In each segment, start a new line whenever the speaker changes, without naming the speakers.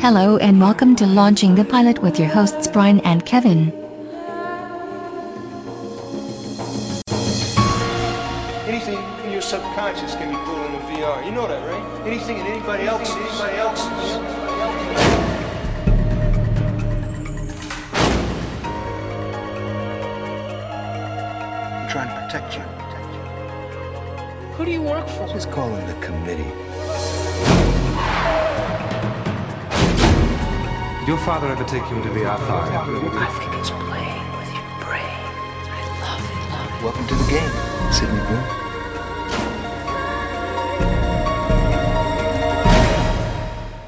Hello and welcome to Launching the Pilot with your hosts Brian and Kevin.
Anything in your subconscious can be pulled into VR. You know that, right? Anything in anybody else's. Anybody else's. I'm trying to protect you.
Who do you work for?
Just call him the committee.
Did your father ever take you into VR fire?
I think it's playing with your brain. I love it, love it.
Welcome to the game, Sidney Blue.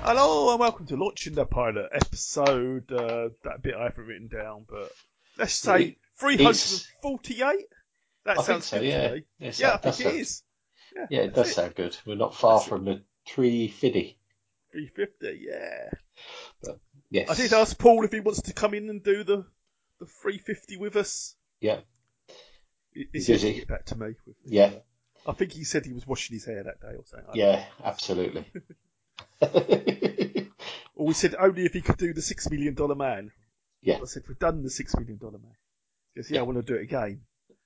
Hello and welcome to Launching the Pilot episode. Uh, that bit I haven't written down, but let's say 348? That
I think
sounds
so.
good
Yeah,
to me.
Yes,
Yeah, I
that does
think it
sound-
is.
Yeah, it does sound good. We're not far from the tree fiddy.
350, yeah.
Yes.
I did ask Paul if he wants to come in and do the, the 350 with us.
Yeah,
He's
Did he?
get back to me. With
yeah,
I think he said he was washing his hair that day or something.
yeah. Absolutely.
Or we said only if he could do the Six Million Dollar Man.
Yeah.
I said, we've done the Six Million Dollar Man. He goes, yeah, I want to do it again.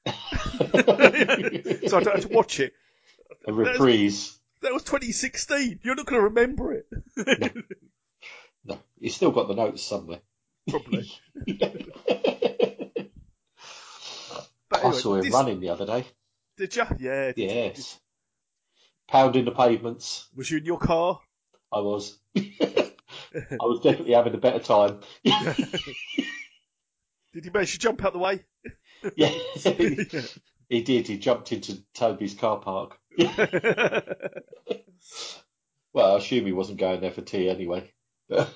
so I don't have to watch it.
A reprise.
That was 2016. You're not going to remember it.
No, you still got the notes somewhere.
Probably.
I
But anyway,
saw him
this-
running the other day.
Did you? Yeah. did ya?
Yes. Pounding the pavements.
Was you in your car?
I was. I was definitely having a better time.
Did you manage to jump out the way?
Yeah, he did. He jumped into Toby's car park. Well, I assume he wasn't going there for tea anyway.
well,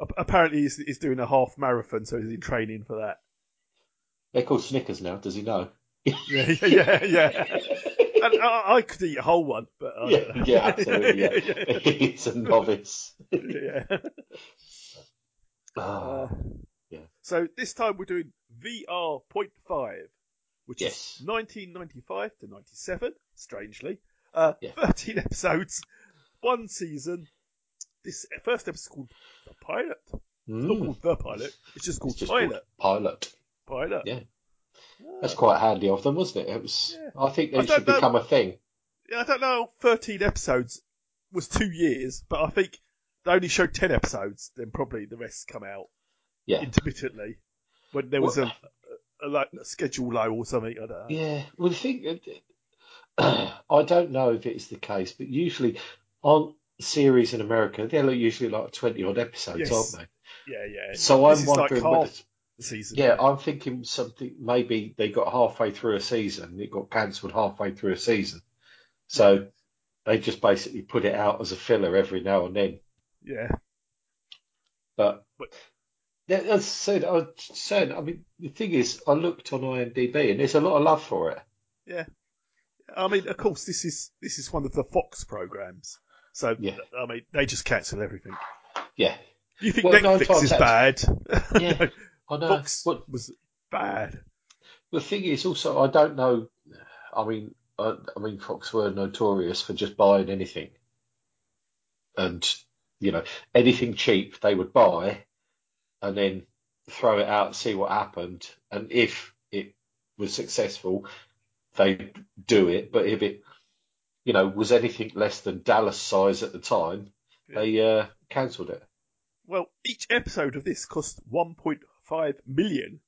ap- apparently he's, he's doing a half marathon, so he's in training for that.
They're called Snickers now. Does he know?
Yeah, yeah, yeah. and I, I could eat a whole one, but uh, I
Yeah,
don't know.
yeah, absolutely. Yeah, he's a novice.
yeah.
Ah,
Uh,
yeah.
So this time we're doing VR point five, which
Yes.
is 1995 to 97. Strangely, uh,
Yeah.
13 episodes, one season. This first episode's called the pilot. It's not
mm,
called the pilot. It's just called
it's just
pilot.
called pilot.
Pilot.
Yeah. That's quite handy of them, wasn't it? It was. I think
I
they
don't
should
know-
become a thing.
Yeah, I don't know. 13 episodes was two years, but I think they only showed 10 episodes. Then probably the rest come out
Yeah.
intermittently when there was a, a, a, like a schedule low or something. I don't know.
Yeah, well, the thing, I don't know if it's the case, but usually on series in America, they're like- usually like 20 odd episodes,
Yes.
aren't
Yeah, yeah.
they? So
This
I'm
is
wondering
like
whether,
half the season.
yeah, I'm thinking something, maybe they got halfway through a season, it got cancelled halfway through a season. So they just basically put it out as a filler every now and then.
yeah.
But
But-
Yeah, as I said, I was saying, I mean, the thing is, I looked on IMDb and there's a lot of love for it.
I mean, of course, this is this is one of the Fox programs. So
Yeah.
I mean, they just cancel everything.
Yeah.
Do you think
Well, no,
Netflix
Fox
is
has-
bad?
Yeah. I know.
Fox
What-
was bad.
The thing is, also, I don't know. I mean, I, I mean, Fox were notorious for just buying anything, and you know, anything cheap they would buy, and then throw it out, see what happened, and if it was successful, they'd do it. But if it, you know, was anything less than Dallas size at the time, they uh, cancelled it.
Well, each episode of this cost 1.5 million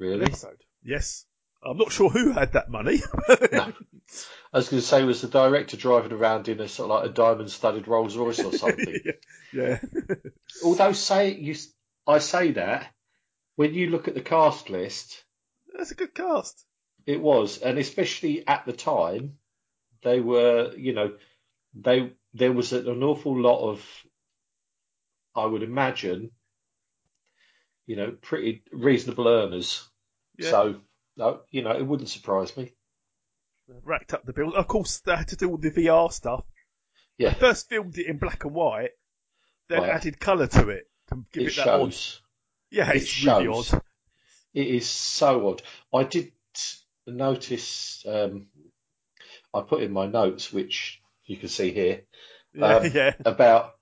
an
Really,
episode. Yes, I'm not sure who had that money.
I was going to say, was the director driving around in a sort of like a diamond-studded Rolls Royce or something?
yeah,
although say you, I say that when you look at the cast list,
that's a good cast.
it was, and especially at the time, they were, you know, they there was an awful lot of, I would imagine, you know, pretty reasonable earners.
Yeah.
So, no, you know, it wouldn't surprise me.
Racked up the bill. Of course, they had to do all the VR stuff.
Yeah,
First filmed it in black and white, then
Right.
added colour to it to give it,
it
that odd
shows.
Yeah,
It
it's really
shows.
odd.
It is so odd. I did notice, um, I put in my notes, which you can see here,
Yeah,
Um,
yeah,
about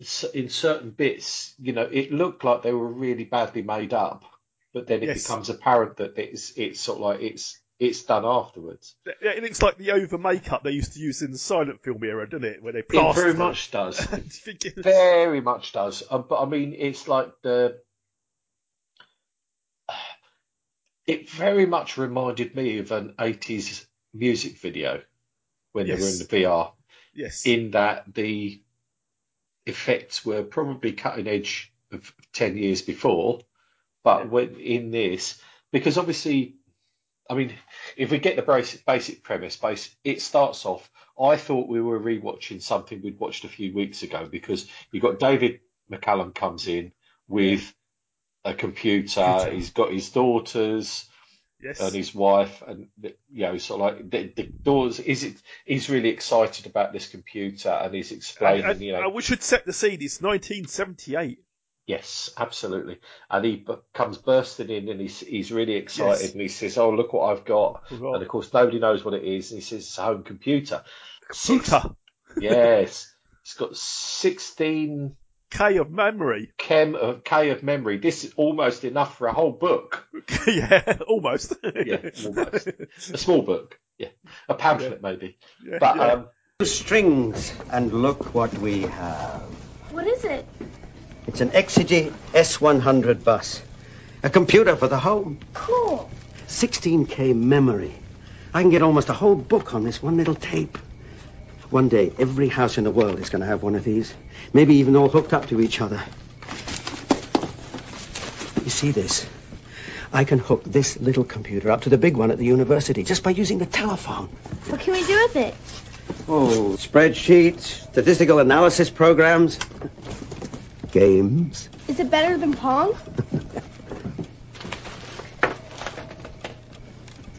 s- in certain bits, you know, it looked like they were really badly made up, but then it
Yes.
becomes apparent that it's it's sort of like it's it's done afterwards.
Yeah, It looks like the over makeup they used to use in the silent film era, doesn't it? Where they
It
plaster.
very much does.
and figure-
very much does. Uh, but I mean, it's like the. It very much reminded me of an 80s music video when they were in
Yes.
the VR,
yes.
in that the effects were probably cutting edge of 10 years before. But when in this, because obviously, I mean, if we get the basic, basic premise, base, it starts off. I thought we were rewatching something we'd watched a few weeks ago because you've got David McCallum comes in with a computer.
Computer.
He's got his daughters
yes.
and his wife, and you know, sort of like the, the daughters. Is it? He's really excited about this computer, and he's
And-
explaining.
and-
you know,
and we should set the scene. It's 1978.
Yes, absolutely. And he b- comes bursting in and he's, he's really excited
Yes.
and he says, Oh, look what I've got.
I've got.
And of course, nobody knows what it is. And he says, It's a home computer. Six-
Computer.
yes. It's got 16
K of memory.
chem, uh, K of memory. This is almost enough for a whole book.
yeah, almost.
Yeah, almost. a small book. Yeah. A pamphlet, maybe.
Yeah,
But
yeah.
um,
strings and look what we have.
What is it?
It's an Exige S100 bus. A computer for the home.
Cool.
16K memory. I can get almost a whole book on this one little tape. One day, every house in the world is going to have one of these. Maybe even all hooked up to each other. You see this? I can hook this little computer up to the big one at the university just by using the telephone.
What can we do with it?
Oh, spreadsheets, statistical analysis programs, games.
Is it better than Pong?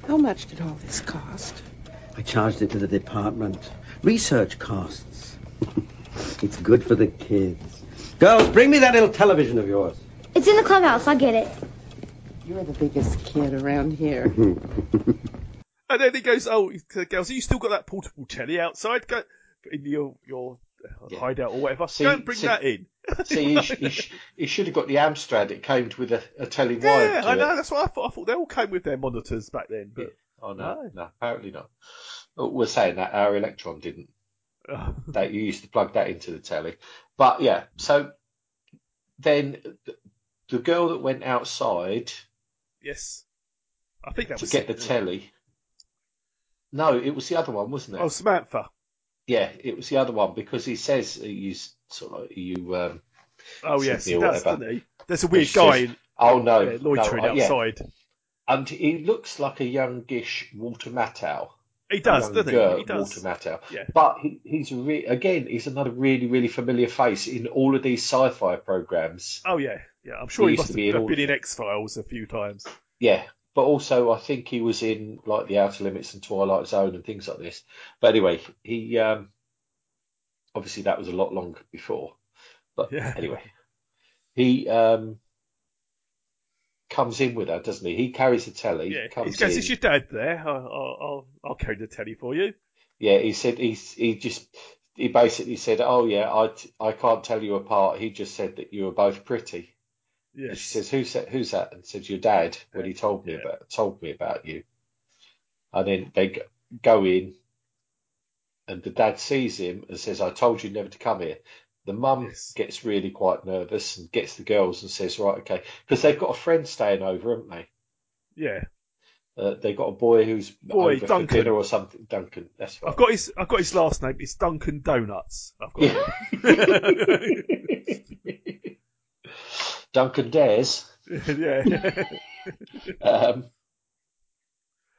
How much did all this cost? I charged it to the department. Research costs. it's good for the kids. Girls, bring me that little television of yours.
It's in the clubhouse. I'll get it.
You're the biggest kid around here.
And then he goes, "Oh, he- the girls, you still got that portable telly outside? Go in your your uh,
Yeah.
hideout or whatever.
See-
Go and bring
see-
that in."
see, he, sh- he, sh- he should have got the Amstrad. It came with a, a telly wired
yeah,
to
I know.
it.
That's what I thought. I thought they all came with their monitors back then. But
Oh, no, no, apparently not. Oh, We're saying that our Electron didn't.
uh,
that you used to plug that into the telly. But yeah, so then th- the girl that went outside
yes, I think that
to
was
get the telly. No, it was the other one, wasn't it?
Oh, Samantha.
Yeah, it was the other one because he says that you s- sort of you. Um,
Oh yes,
Sydney
he
or
does,
whatever.
doesn't he? There's a weird
It's
guy
just-
in,
oh no,
yeah, loitering
no, uh, yeah.
outside.
and he looks like a youngish Walter Matthau.
He does,
younger
doesn't he? He
Walter
does.
Matthau.
Yeah.
But he, he's re- again, he's another really, really familiar face in all of these sci-fi programs.
Oh yeah, yeah. I'm sure
He
he,
used
must
to
have
be in
been,
all-
in X Files a few times.
Yeah, but also I think he was in like The Outer Limits and Twilight Zone and things like this. But anyway, he um, obviously that was a lot longer before. But
Yeah.
anyway, he um, comes in with her, doesn't he? He carries the telly,
Yeah, he
comes
goes,
in.
"Is your dad there? I'll, I'll, I'll- I'll carry the telly for you."
Yeah, he said he he just he basically said, "Oh yeah, I t- I can't tell you apart." He just said that you were both pretty.
Yes.
And she says, "Who's that? Who's that?" And said, "Your dad." When he told me
Yeah.
about told me about you, and then they g- go in, and the dad sees him and says, "I told you never to come here." The mum
Yes.
gets really quite nervous and gets the girls and says, "Right, okay," because they've got a friend staying over, haven't they?
yeah,
Uh, they've got a boy who's
Boy,
over for
Duncan.
dinner or something. Duncan, that's right.
I've got his. I've got his last name. It's Duncan Donuts. I've got.
Yeah. Duncan Dares.
yeah.
Um,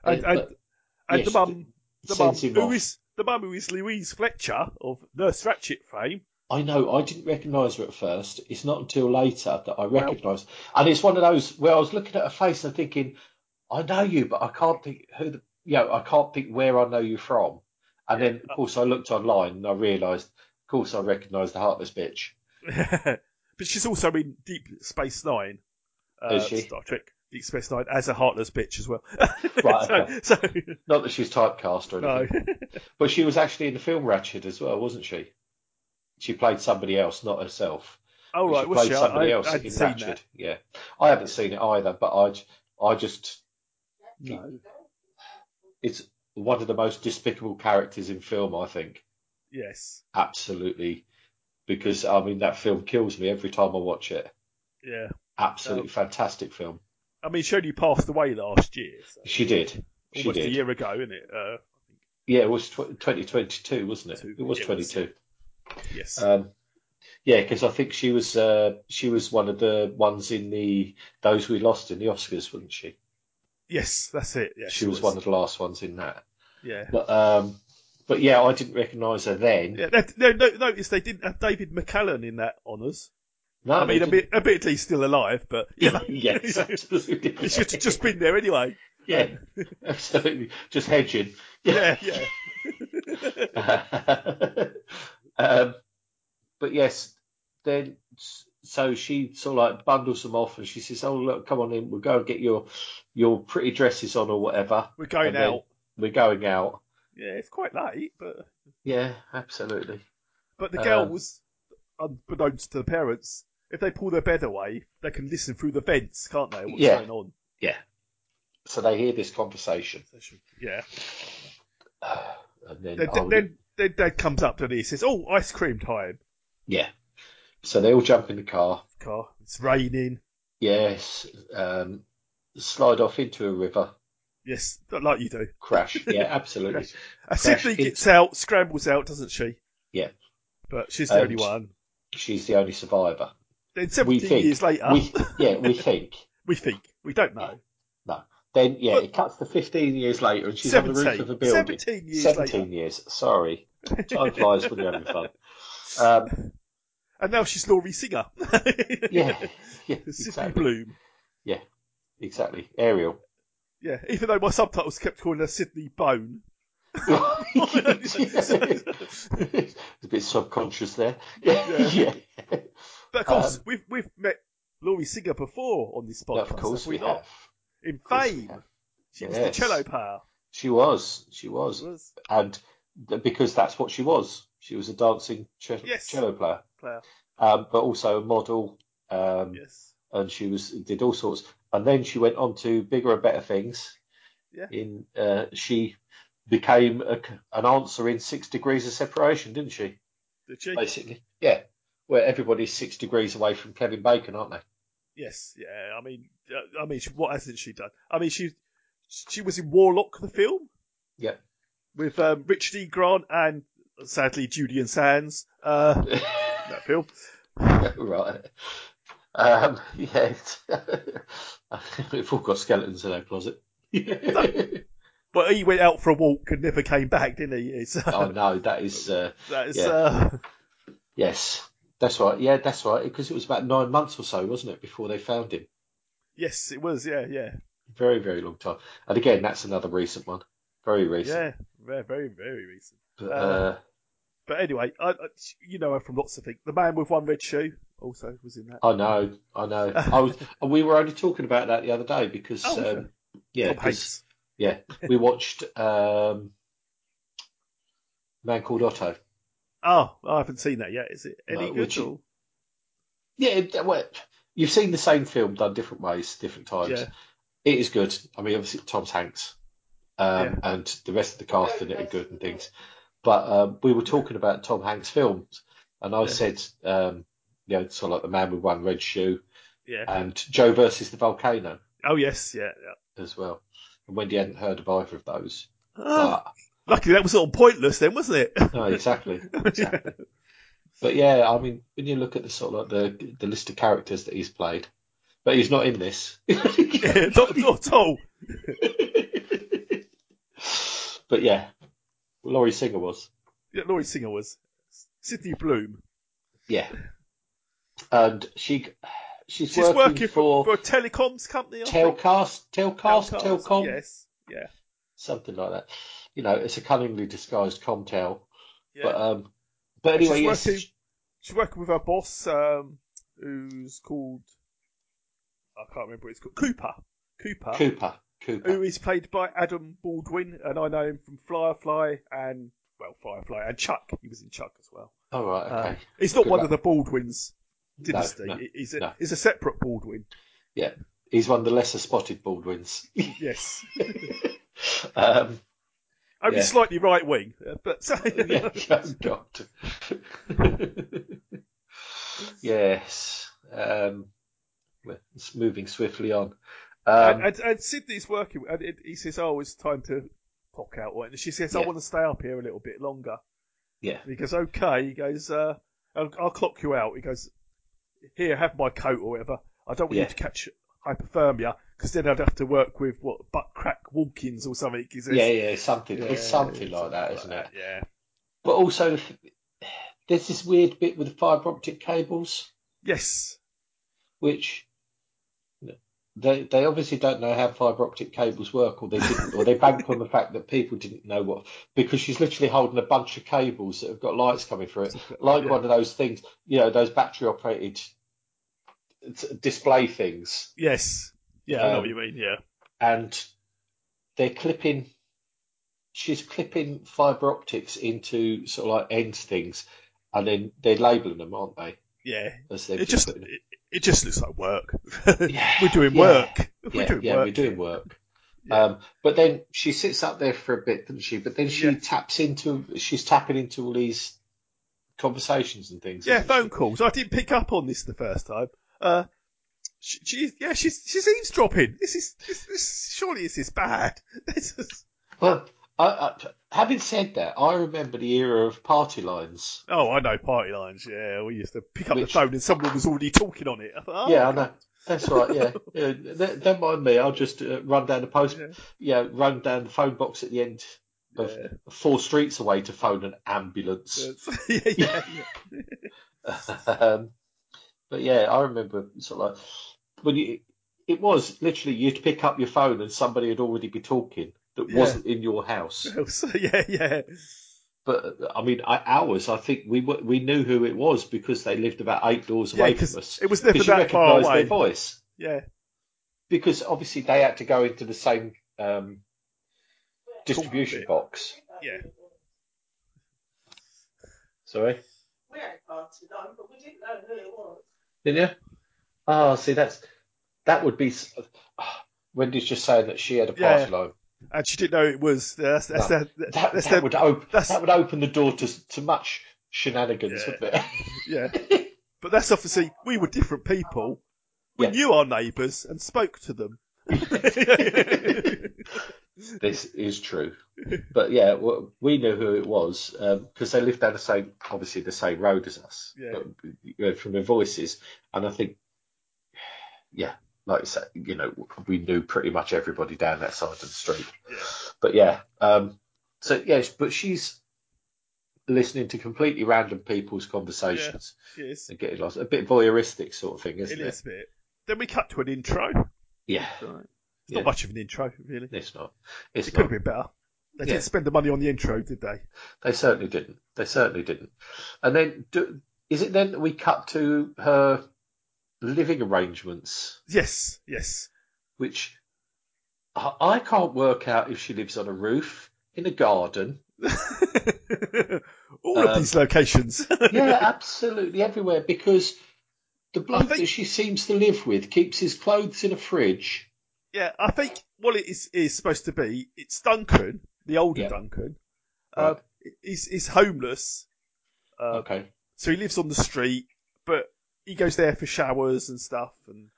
and and,
but-
and
yes,
the mum, the mum
sends him
who
off.
is the mum who is Louise Fletcher of Nurse Ratchet fame.
I know. I didn't recognise her at first. It's not until later that I recognise, and it's one of those where I was looking at her face and thinking, "I know you, but I can't think who the you know I can't think where I know you from." And then of course I looked online and I realised, of course I recognised the heartless bitch.
but she's also in Deep Space Nine. Uh,
Is she?
Star Trek Deep Space Nine as a heartless bitch as well.
Right,
so,
Not that she's typecast or
so no,
anything, but she was actually in the film Ratchet as well, wasn't she? she played somebody else, not herself.
Oh, right,
she
was
played
she? I,
somebody
I,
else
I'd
in
seen
Ratched.
that.
Yeah, I haven't seen it either, but I, j- I just
No.
it's one of the most despicable characters in film. I think
Yes.
absolutely because I mean that film kills me every time I watch it.
Yeah.
Absolutely
Um,
fantastic film.
I mean, Shirley passed away last year. So
She did. She
almost a
did.
year ago, isn't it? Uh,
Yeah, it was tw- 2022, wasn't it?
Two-
It was
it was.
22.
Uh, yes.
Um, yeah, because I think she was uh, she was one of the ones in the those we lost in the Oscars, wasn't she?
yes, that's it. Yeah,
she was, one of the last ones in that.
Yeah.
But um, but yeah, I didn't recognise her then.
Yeah, that, no, no, notice they didn't have David McCallan in that honours.
No,
I mean, a
they
bit, a bit he's still alive, but you know,
didn't. yes, absolutely.
he should have just been there anyway.
yeah, absolutely. Just hedging.
Yeah, yeah.
um, but yes, then so she sort of like bundles them off and she says, "Oh look, come on in, we'll go and get your your pretty dresses on or whatever.
We're going
And then
out.
We're going out."
Yeah, it's quite late, but
Yeah, absolutely.
but the
Um,
girls, unbeknownst to the parents, if they pull their bed away, they can listen through the vents, can't they? What's
Yeah.
going on?
So they hear this conversation,
Yeah.
and then, oh,
Then,
I
then,
would-
then, then Dad comes up to me. He says, "Oh, ice cream time,
yeah, so they all jump in the car.
car. It's raining.
Yes, um, slide off into a river,
Yes, not like you do."
crash. Yeah, absolutely.
Uh,
Crash
Sydney
into-
gets out, scrambles out, doesn't she?
Yeah.
But she's the
Um,
only one.
She's the only survivor.
Then
We
17
think.
years later,
we, yeah, we think.
we think. We don't know.
Then yeah,
But-
it cuts to 15 years later, and she's on the roof
17.
of a building.
17 years
17
later.
years. Sorry, time flies when you're having fun. Um,
And now she's Laurie Singer.
yeah, yeah,
Sydney
exactly,
Bloom.
exactly. Ariel.
Yeah, even though my subtitles kept calling her Sydney Bone.
it's a bit subconscious there. Yeah, yeah.
But of course,
Um,
we've, we've met Laurie Singer before on this
No,
podcast.
of course
have we,
we
not?
have.
In
Of course we
Fame.
have.
She was the
Yes.
cello power.
She was, she was,
Was-
and th- because that's what she was. She was a dancing ce-
Yes.
cello player,
Player.
um, but also a model. Um,
Yes.
and she was did all sorts. And then she went on to bigger and better things.
Yeah.
In uh, she became a c an answer in Six Degrees of Separation, didn't she?
Did she?
Basically, yeah. Where everybody's six degrees away from Kevin Bacon, aren't they?
Yes, yeah. I mean, uh, I mean, she, what hasn't she done? I mean, she she was in Warlock, the film.
Yeah.
With um, Richard E. Grant and sadly Julian Sands. Uh, that film.
right. Um, yeah. We've all got skeletons in our closet.
But he went out for a walk and never came back, didn't he? It's,
oh no, that is uh,
that is,
yeah.
uh,
yes, that's right. Yeah, that's right. Because it was about nine months or so, wasn't it, before they found him?
yes, it was. Yeah, yeah,
Very, very long time. And again, that's another recent one. Very recent.
yeah. Very, very, very recent.
But, uh,
But anyway, I, I, you know her from lots of things. The Man with One Red Shoe also was in that.
I know, I know. I was. we were only talking about that the other day because,
Oh, was
um, yeah,
Tom
'cause-
Hanks.
yeah, we watched um, Man Called Otto.
Oh, I haven't seen that yet. Is it any
No,
good?
which-
Or?
Yeah, it- well, you've seen the same film done different ways, different times.
Yeah.
It is good. I mean, obviously Tom Hanks um, and the rest of the cast in it are good and things. But um, we were talking about Tom Hanks films, and I said, um, you know, sort of like The Man with One Red Shoe
Yeah.
and Joe versus the Volcano
oh yes, yeah. yeah.
as well. And Wendy hadn't heard of either of those.
Ah.
But-
Luckily, that was sort of pointless then, wasn't it?
no, exactly, exactly. But yeah, I mean, when you look at the sort of like the the list of characters that he's played, but he's not in this.
not, not at all.
But yeah, Laurie Singer was.
Yeah, Laurie Singer was. Sydney Bloom.
Yeah. And she she's,
She's working, for,
for,
for a telecoms company. I think.
Telcast, Telcast,
Telcast,
Telcom,
Yes. Yeah.
something like that. You know, it's a cunningly disguised Comtel.
yeah.
But um, but
And she's
anyway, yes,
working- She's working with her boss, um, who's called. I can't remember what it's called. Cooper. Cooper.
Cooper, Cooper.
Who is played by Adam Baldwin, and I know him from Firefly and, well, Firefly and Chuck. He was in Chuck as well.
All right,
Uh,
okay.
It's not
Good
one
luck.
of the Baldwins dynasty.
no,
it's, a,
no.
it's a separate Baldwin.
yeah, he's one of the lesser spotted Baldwins.
Yes.
um,
Only
Yeah.
slightly right wing. uh, But
yeah, oh, God. yes. Um, well, it's moving swiftly on. Um,
and, and, and Sydney's working, and it, he says, "Oh, it's time to clock out." right? And she says, "I
Yeah.
want to stay up here a little bit longer."
yeah,
And he goes, "Okay." He goes, uh, I'll, "I'll clock you out." He goes, "Here, have my coat or whatever. I don't want
Yeah.
you to catch hypothermia because then I'd have to work with what butt crack Walkins or something." He says,
yeah, yeah, something.
Yeah,
it's something like
something
that, isn't it?
Yeah,
But also, there's this weird bit with the fibre optic cables,
yes,
which they they obviously don't know how fibre optic cables work, or they didn't, or they bank on the fact that people didn't know what. Because she's literally holding a bunch of cables that have got lights coming through it, like
yeah.
one of those things, you know, those battery operated display things,
yes, yeah. I know
Um,
what you mean. Yeah,
and they're clipping. She's clipping fibre optics into sort of like end things, and then they're labelling them, aren't they?
yeah.
As they're
It just
putting
it, it just looks like work.
Yeah,
we're doing
yeah.
work. we're
yeah,
doing
yeah,
work.
we're doing work.
Yeah.
Um, but then she sits up there for a bit, doesn't she? But then she
Yeah.
taps into, she's tapping into all these conversations and things.
Yeah,
isn't she?
phone calls. I didn't pick up on this the first time. Uh, she, she yeah, she's she's eavesdropping. This is this, this surely this is bad. This is,
Well, I, I, having said that, I remember the era of party lines.
oh, I know party lines. Yeah, we used to pick up
Which-
the phone and someone was already talking on it. I thought, oh,
yeah, I know. That's right. Yeah, yeah. Don't, don't mind me. I'll just uh, run down the post.
Yeah.
Yeah. run down the phone box at the end of
Yeah.
four streets away to phone an ambulance.
it's- yeah, yeah, yeah.
um, but yeah, I remember sort of like when you, it was literally you'd pick up your phone and somebody would already be talking that
Yeah.
wasn't in your house.
So, yeah, yeah,
But I mean, I, ours, I think we were, we knew who it was because they lived about eight doors
Yeah,
away
'cause
from us.
it was never
'Cause you
that far
recognised
away.
their voice
yeah.
because obviously they had to go into the same um, distribution
Cockpit.
box.
Yeah.
Sorry. We had party line, but we didn't know who it was. Didn't you? Oh, see, that's that would be. s- Wendy's just saying that she had a
Yeah.
party line.
And she didn't know it was. That's that's
No.
that, that's
That,
that's
that would op-
that's-
that would open the door to to much shenanigans,
Yeah.
wouldn't it?
yeah. But that's obviously we were different people. We
Yeah.
knew our neighbours and spoke to them.
This is true, but yeah, w- we knew who it was because they lived down the same, obviously the same road as us,
Yeah.
but, you know, from their voices. And I think, yeah, like I say, you know, we knew pretty much everybody down that side of the street. But yeah, um, so yes, but she's listening to completely random people's conversations
yes,
and getting lost, a bit voyeuristic sort of thing,
it
isn't it?
is a bit. Then we cut to an intro.
Yeah,
It's
Yeah.
not much of an intro, really.
it's not. It's
It could
not.
have been better. They
Yeah.
didn't spend the money on the intro, did they?
They certainly didn't. They certainly didn't. And then, do, is it then that we cut to her living arrangements,
Yes, yes.
which I, I can't work out if she lives on a roof, in a garden.
All of
Um,
these locations.
Yeah, absolutely everywhere because the bloke
think-
that she seems to live with keeps his clothes in a fridge.
yeah, I think what it is, is supposed to be, it's Duncan, the older
Yeah.
Duncan. Uh, he's, he's homeless. Uh,
okay.
So he lives on the street, but he goes there for showers and stuff. And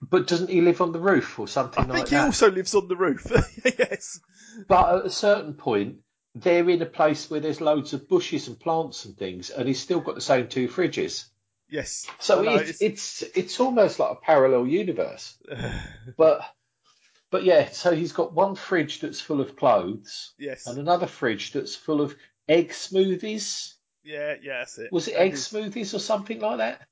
But doesn't he live on the roof or
I
something
think
like
he
that?
also lives on the roof. yes.
But at a certain point, they're in a place where there's loads of bushes and plants and things, and he's still got the same two fridges.
Yes.
So
I know,
it's, it's it's almost like a parallel universe. but but yeah, so he's got one fridge that's full of clothes
yes.
and another fridge that's full of egg smoothies.
Yeah, yeah, that's it.
Was it
And
egg
it's-
smoothies or something like that?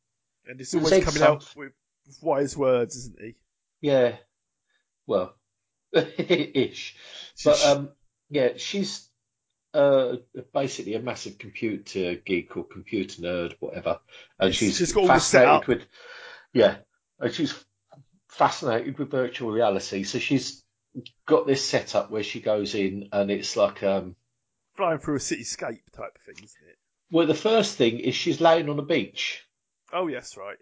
And it's
it was
always
egg
coming
something.
out with wise words, isn't he?
Yeah. Well, ish. But um, yeah, she's uh, basically a massive computer geek or computer nerd, whatever, and
Yes,
she's,
she's got all the
fascinated
setup.
with yeah, and she's fascinated with virtual reality. So she's got this setup where she goes in and it's like um,
flying through a cityscape type of thing, isn't it?
Well, the first thing is she's laying on a beach,
Oh, yes, right,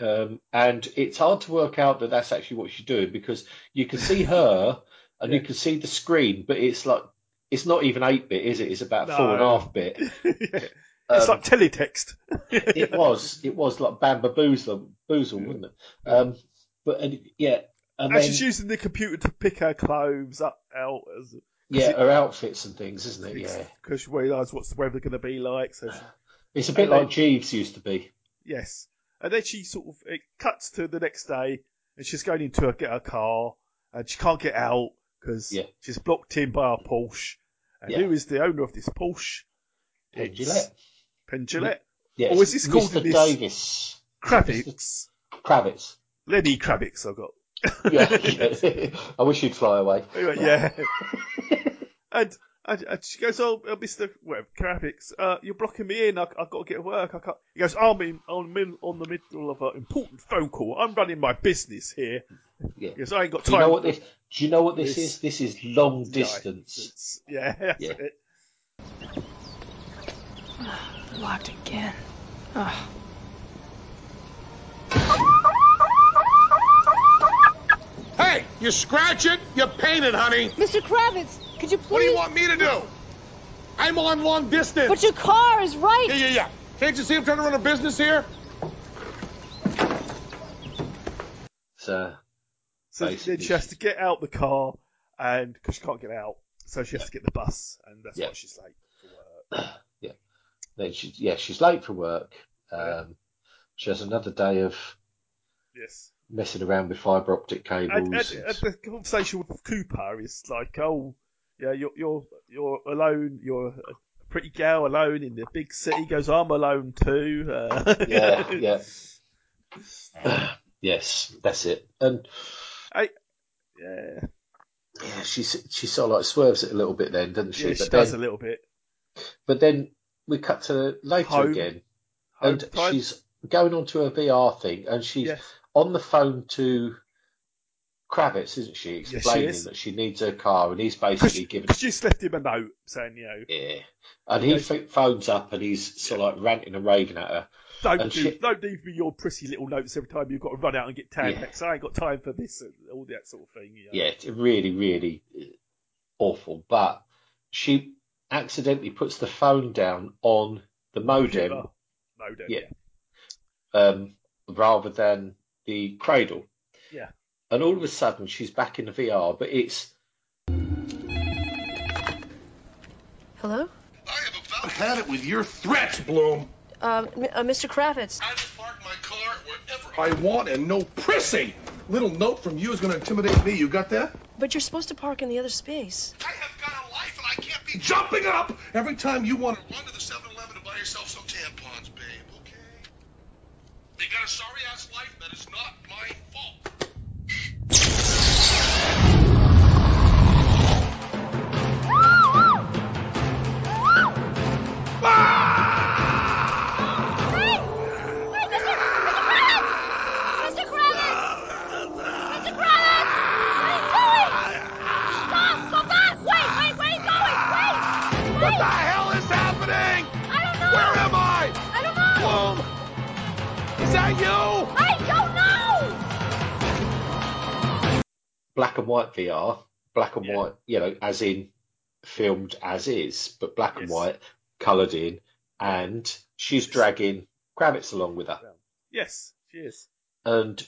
yeah.
um, and it's hard to work out that that's actually what she's doing because you can see her and you can see the screen, but it's like it's not even eight bit, is it? It's about four and a
No.
half bit.
Yeah. It's
Um,
like teletext.
it was it was like Bamba Boozle, Boozle wasn't it? Um, but and, yeah, and
And
then
she's using the computer to pick her clothes up out as
yeah, her outfits and things, isn't it? Yeah,
because she realised what's the weather going to be like. So she,
it's a bit
And then-
like Jeeves used to be.
yes, and then she sort of it cuts to the next day, and she's going into her, get her car, and she can't get out because
Yeah.
she's blocked in by a Porsche. And
Yeah.
who is the owner of this Porsche?
Penn
It's-
Gillette.
Penn Gillette.
Yeah,
Or Oh, is this called
Mr.
in this-
Davis
Kravitz.
Kravitz?
Lenny Kravitz, I got.
Yeah, I wish he'd fly away.
Anyway, yeah. and, and, and she goes, "Oh, uh, Mister well, Kravitz, uh, you're blocking me in. I, I've got to get to work. I can't." He goes, "I'm in. I'm in on the middle of an important phone call. I'm running my business here.
Yeah.
Yes, I ain't got
Do
time."
you know what this? Do you know what this,
This-
is? This is long
for
distance.
license." Yeah, that's
Yeah.
it.
Locked again. Oh,
Hey, you scratch it, you paint it, honey.
Mr. Kravitz, could you please?
What do you want me to do? I'm on long distance.
But your car is right.
Yeah, yeah, yeah. Can't you see I'm trying to run a business here?
So
So
Basically,
then she has to get out the car, and because she can't get out, so she has to get the bus, and that's
Yeah.
why she's late.
then she, yeah, she's late for work. Um, she has another day of
Yes.
messing around with fibre optic cables.
and, and,
and-
and the conversation with Cooper is like, oh, yeah, you're you're you're alone. You're a pretty girl alone in the big city. Goes, I'm alone too. Uh,
yeah, yeah. yes, that's it. And
yeah.
yeah, she s- she sort of like swerves it a little bit then, doesn't she?
Yeah, she
but
does a
then
little bit.
but then we cut to later
Home.
again,
Home
and
time.
she's going on to her VR thing, and she's
Yes.
on the phone to Kravitz, isn't she?
she
Explaining
is.
that she needs her car, and he's
Because
basically
she,
giving
'cause she just left him a note saying, you know,
yeah. And he
Yeah.
ph phones up and he's sort of like ranting and raving at her.
don't
And
do,
she-
don't leave me your pretty little notes every time you've got to run out and get tan
Yeah.
next. I ain't got time for this and all that sort of thing. You know.
yeah, it's really, really uh, awful. But she accidentally puts the phone down on the modem
Cooper. modem.
um, Yeah. um, rather than the cradle.
Yeah.
And all of a sudden, she's back in the VR, but it's
Hello,
I have about had it with your threats, Bloom.
um, m- uh, Mr. Kravitz.
I will park my car wherever I want and no prissy. Little note from you is going to intimidate me. You got that?
But you're supposed to park in the other space.
I have got a life and I can't be jumping up every time you want to run to the 7 Eleven to buy yourself some tampons, babe, okay? They got a sorry ass life that is not my fault. What the hell is happening? I don't know. Where am I? I don't know. Bloom, is that you?
black and white VR, black and
Yeah.
white, you know, as in filmed as is, but black and
Yes.
white, coloured in, and she's dragging Kravitz along with her.
Yes, she is.
and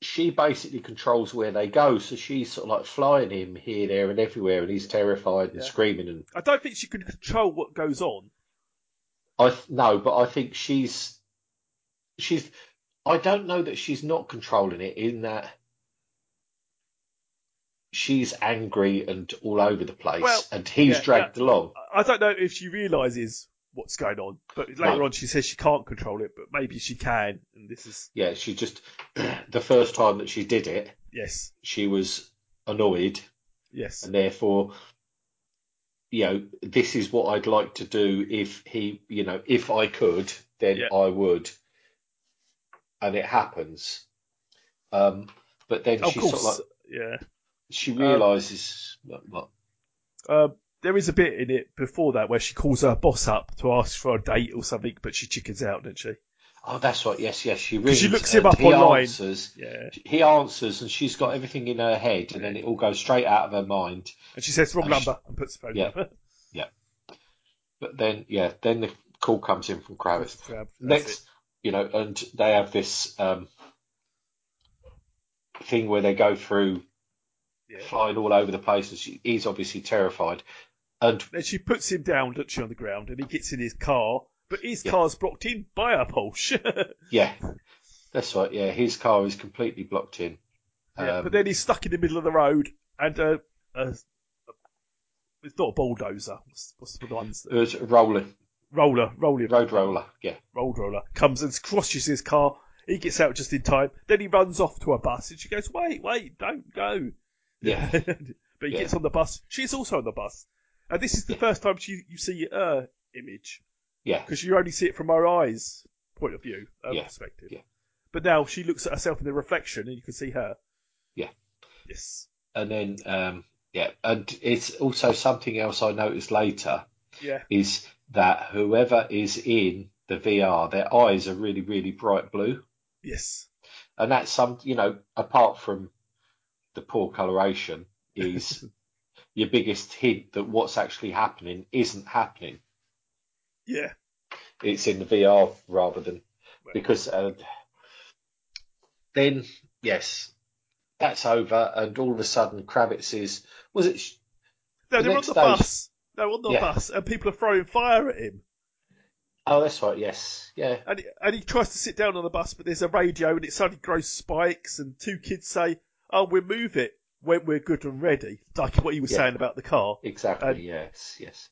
she basically controls where they go. So she's sort of like flying him here, there, and everywhere, and he's terrified and
Yeah.
screaming. And
I don't think she can control what goes on.
I th- no, but I think she's she's. I don't know that she's not controlling it in that she's angry and all over the place,
Well,
and he's
yeah,
dragged along.
I don't know if she realizes what's going on, but later on she says she can't control it, but maybe she can. And this is
Yeah, she just the first time that she did it,
yes,
she was annoyed
yes,
and therefore you know this is what I'd like to do if he you know if I could then
Yeah.
I would and it happens um but then
of
she
course, Um,
sort of like
yeah.
she realizes what, what
Uh, there is a bit in it before that where she calls her boss up to ask for a date or something, but she chickens out, doesn't she?
Oh, that's right. Yes, yes. She
'Cause
rings.
she looks him
and
up
he
online.
Answers,
Yeah.
He answers, and she's got everything in her head, and then it all goes straight out of her mind.
And she says wrong
And she-
number and puts the phone
Yeah.
down.
But then, yeah, then the call comes in from Kravitz.
Crab, that's
Next, you know, and they have this um, thing where they go through
it. Yeah.
flying all over the place, and she, he's obviously terrified. And
Then she puts him down, doesn't she, on the ground, and he gets in his car, but his
Yeah.
car's blocked in by a Porsche.
yeah, that's right. Yeah, his car is completely blocked in.
yeah,
Um,
but then he's stuck in the middle of the road, and uh, uh, it's not a bulldozer. What's, what's the ones? That,
it was a roller,
roller, roller,
road roller. Yeah,
road roller comes and crosses his car. He gets out just in time. Then he runs off to a bus, and she goes, "Wait, wait, don't go."
yeah.
but he
Yeah.
gets on the bus. She's also on the bus, and this is the
Yeah.
first time she you see her image
Yeah,
because you only see it from her eyes point of view, her
Yeah.
perspective.
Yeah.
But now she looks at herself in the reflection, and you can see her.
Yeah.
Yes.
and then um, yeah, and it's also something else I noticed later
Yeah.
is that whoever is in the VR, their eyes are really, really bright blue,
Yes.
and that's some you know apart from the poor coloration is your biggest hint that what's actually happening isn't happening.
Yeah.
It's in the VR rather than because uh, then yes, that's over, and all of a sudden Kravitz is was it.
No,
The
they're on the
next stage-
bus. They're on the
Yeah.
bus, and people are throwing fire at him.
Oh, that's right. Yes. Yeah.
And he, and he tries to sit down on the bus, but there's a radio, and it suddenly grows spikes. And two kids say, "Oh, we'll move it when we're good and ready," like what you were
Yeah.
saying about the car.
Exactly.
And-
yes. Yes.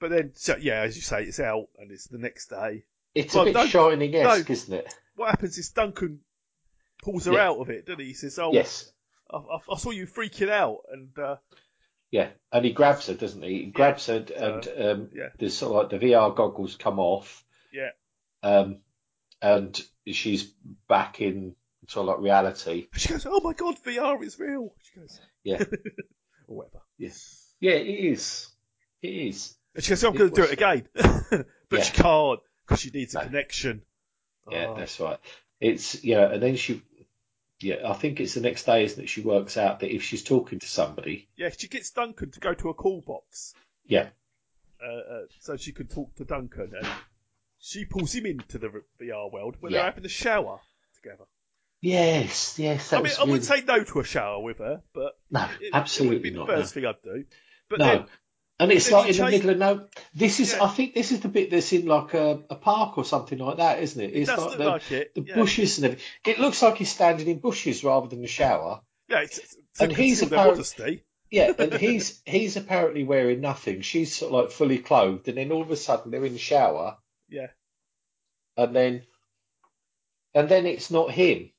But then, so, yeah, as you say, it's out, and it's the next day.
It's
Well,
a bit
no,
shining esque,
no.
isn't it?
What happens is Duncan pulls her
Yeah.
out of it, doesn't he? He says, "Oh,
Yes.
I, I, I saw you freaking out," and uh,
Yeah. And he grabs her, doesn't he? He grabs her, and um,
yeah.
there's sort of like the VR goggles come off.
Yeah.
Um, and she's back in sort of like reality.
she goes, "Oh my god, VR is real." She goes,
Yeah.
or whatever.
yes. Yeah, it is. It is.
And she goes, I'm going to do it again. but
Yeah.
she can't because she needs a
No.
connection.
Yeah,
Oh,
that's right. It's yeah, and then she. Yeah, I think it's the next day, isn't it? She works out that if she's talking to somebody,
yeah, she gets Duncan to go to a call box
yeah,
uh, uh, so she can talk to Duncan. And she pulls him into the r- VR world when
Yeah.
they're having a shower together.
yes, yes, that
I mean,
was
I
really-
wouldn't say no to a shower with her, but
No,
it- it,
absolutely
would be the
not,
first thing I'd do. But
no,
then,
and it's
then
like
you
in the
change-
middle of no. This is,
Yeah.
I think, this is the bit that's in like a, a park or something like that, isn't it? It's
does
like
look
the,
like it,
the
yeah.
bushes and everything. It looks like he's standing in bushes rather than the shower.
yeah, it's, it's to
And he's
conceal their
apparent-
modesty.
Yeah, and he's he's apparently wearing nothing. She's sort of like fully clothed, and then all of a sudden they're in the shower,
Yeah.
and then and then it's not him.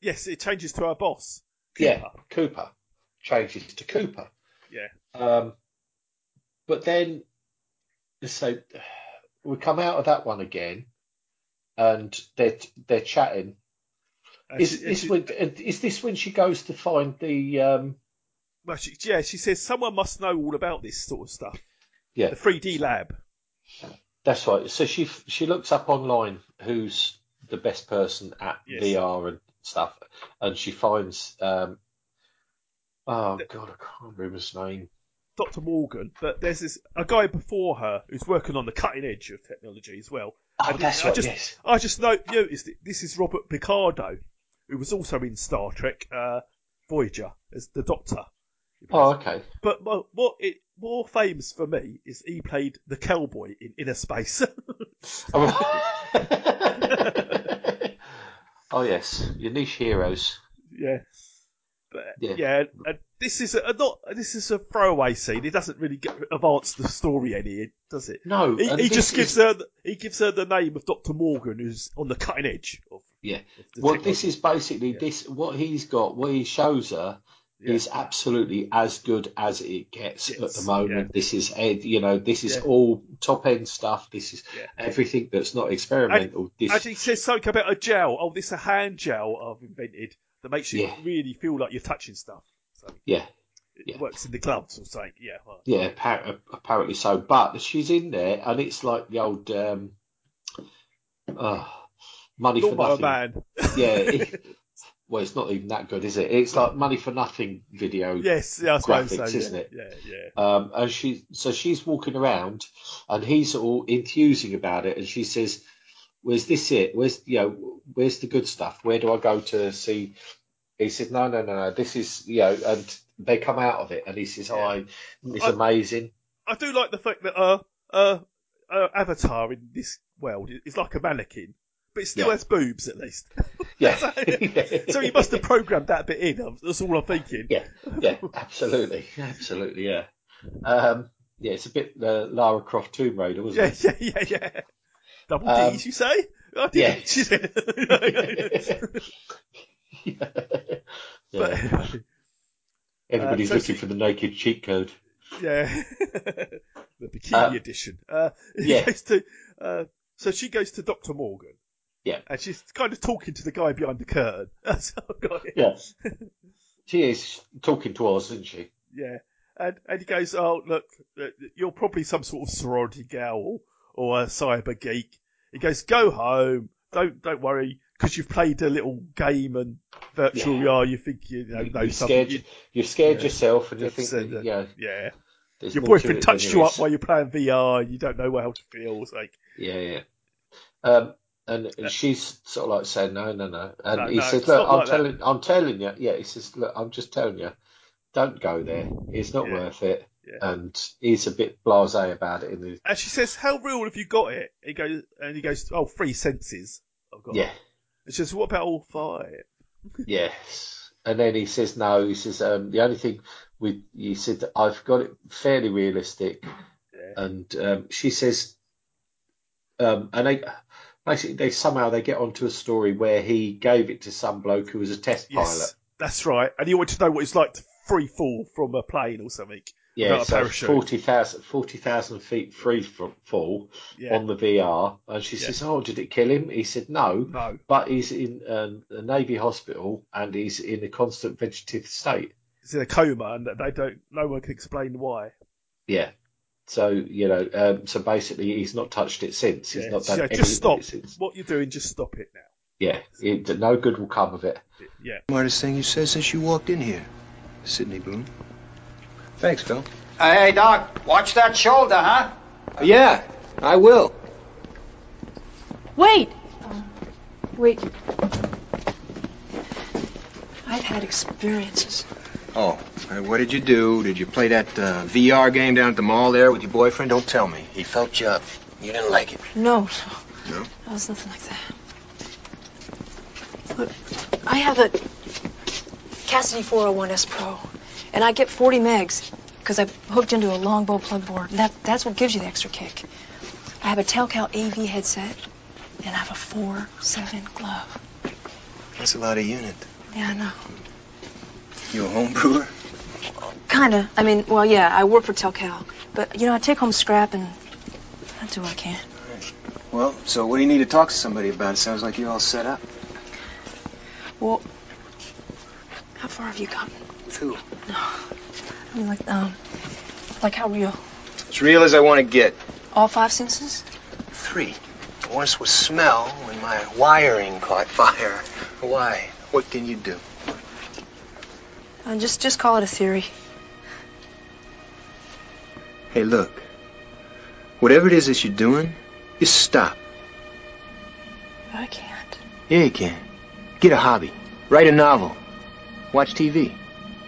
Yes, it changes to her boss.
Yeah,
Cooper.
Cooper changes to Cooper.
Yeah.
Um, but then, so we come out of that one again, and they're they're chatting.
And
Is
she- and
this
she-
when is this when she goes to find the um?
well, she, yeah, she says someone must know all about this sort of stuff.
Yeah.
the 3D lab.
That's right. So she she looks up online who's the best person at
Yes.
VR and stuff, and she finds um. Oh God, I can't remember his name.
Dr. Morgan, but there's this a guy before her who's working on the cutting edge of technology as well.
Oh, that's
I
right.
just,
Yes.
I just know, noticed that this is Robert Picardo, who was also in Star Trek uh, Voyager as the Doctor.
Oh, okay.
But mo- what it more famous for me is he played the cowboy in Inner Space.
oh yes, your niche heroes.
yeah. But, yeah,
Yeah.
and this is a not this is a throwaway scene. It doesn't really get, advance the story any, does it?
No,
He,
and
he
this
just
is-
gives her the, he gives her the name of Doctor Morgan, who's on the cutting edge of.
Yeah.
of the
Well, this
technology.
is basically this. What he's got, what he shows her,
Yeah.
is absolutely as good as it gets at the
Yes,
moment. This is Ed. You know, this is
Yeah.
all top end stuff. This is
Yeah.
everything that's not experimental. this,
And he says something about a gel. Oh, this is a hand gel I've invented that makes you
Yeah.
really feel like you're touching stuff. So
yeah,
it-
Yeah.
works in the clubs or something. Yeah. Well,
Yeah, appar- apparently so. But she's in there, and it's like the old um, uh, money
not
for
my
nothing.
man.
Yeah, it, well, it's not even that good, is it? It's like money for nothing video.
yes. Yeah. I suppose so.
graphics,
yeah.
isn't it?
Yeah. Yeah.
Um, and she, so she's walking around, and he's all enthusing about it, and she says, "Where's this it? Where's you know, where's the good stuff? Where do I go to see?" He says, "No, no, no, no. This is you know," and they come out of it, and he says, "I, it's
I-
amazing."
I do like the fact that uh uh, uh Avatar in this world i- is like a mannequin, but it still
Yeah.
has boobs at least.
Yeah.
so, so he must have programmed that bit in. I'm- That's all I'm thinking.
Yeah, yeah, absolutely, absolutely, yeah. Um, yeah, it's a bit uh, Lara Croft Tomb Raider, wasn't
Yeah, yeah, yeah, yeah. Double
Um,
D's, you say? Oh, I did.
yeah.
She said. but
it? yeah. Everybody's
uh, so
looking
she-
for the naked cheat code.
yeah, the bikini
Uh,
edition. Uh, he
yeah.
goes to. Uh, so she goes to Doctor Morgan.
Yeah.
and she's kind of talking to the guy behind the curtain. That's how I got it.
Yeah. she is talking to us, isn't she?
Yeah. And, and he goes, Oh, look, uh, you're probably some sort of sorority gal or, or a cyber geek. He goes, Go home. Don't don't worry, because you've played a little game and virtual
Yeah.
reality. You think you know,
You,
know
are
something.
scared. You, have scared
yeah.
yourself, and you
That's
think,
it,
that,
yeah.
yeah,
yeah.
there's
Your
more to
boyfriend
it than
touched
there
you up
is.
while you're playing VR. You don't know how to feel. It's like,
Yeah, yeah. Um, and and she's sort of like saying, no, no, no. And
No,
he
no,
says,
it's
look,
not
I'm
like that.
telling, I'm telling you. Yeah, he says, look, I'm just telling you, don't go there. It's not
Yeah.
worth it.
Yeah.
And he's a bit blasé about it. In the
and she says, "How real have you got it?" He goes, and he goes, "Oh, three senses." I've got.
yeah,
And she says, "What about all five?
yes. And then he says, no. He says, um, the only thing with he said, I've got it fairly realistic. And um, she says, um, and they basically they somehow they get onto a story where he gave it to some bloke who was a test
Yes,
pilot.
that's right." And he wanted to know what it's like to free fall from a plane or something.
Yeah,
Without a
so
parachute.
40,000 40,000 feet free f- fall
Yeah.
on the VR. And she
Yeah.
says, Oh, did it kill him? He said, No.
No.
But he's in um, a Navy hospital and he's in a constant vegetative state.
He's in a coma and they don't, no one can explain why.
Yeah. So, you know, um, so basically he's not touched it since. He's
Yeah,
not
so
done anything
just
with
stop.
it since.
What you're doing, just stop it now.
Yeah. It, no good will come of it.
Yeah.
Smartest thing you said since you walked in here, Sydney Bloom. Thanks, Phil.
Hey, hey, Doc, watch that shoulder, huh?
Yeah, I will.
Wait! wait. I've had experiences.
Oh, uh, what did you do? Did you play that uh, VR game down at the mall there with your boyfriend? Don't tell me. He felt you up. You didn't like it.
No,
No?
I was nothing like that. Look, I have a Cassidy 401S Pro, and I get 40 megs because I've hooked into a longbow plug board. That, that's what gives you the extra kick. I have a Telcal AV headset, and I have a 4-7 glove.
That's a lot of unit.
Yeah, I know.
You a home brewer?
Kinda. I mean, well, yeah, I work for Telcal, but, you know, I take home scrap and I do what I can.
Well, so what do you need to talk to somebody about? Sounds like you're all set up.
Well, how far have you gotten?
Two.
I mean, like, um, like how real?
As real as I want to get.
All five senses?
Three. Once was smell when my wiring caught fire. Why? What can you do?
Uh, just, just call it a theory.
Hey, look. Whatever it is that you're doing, just stop.
But I can't.
Yeah, you can. Get a hobby. Write a novel. Watch TV.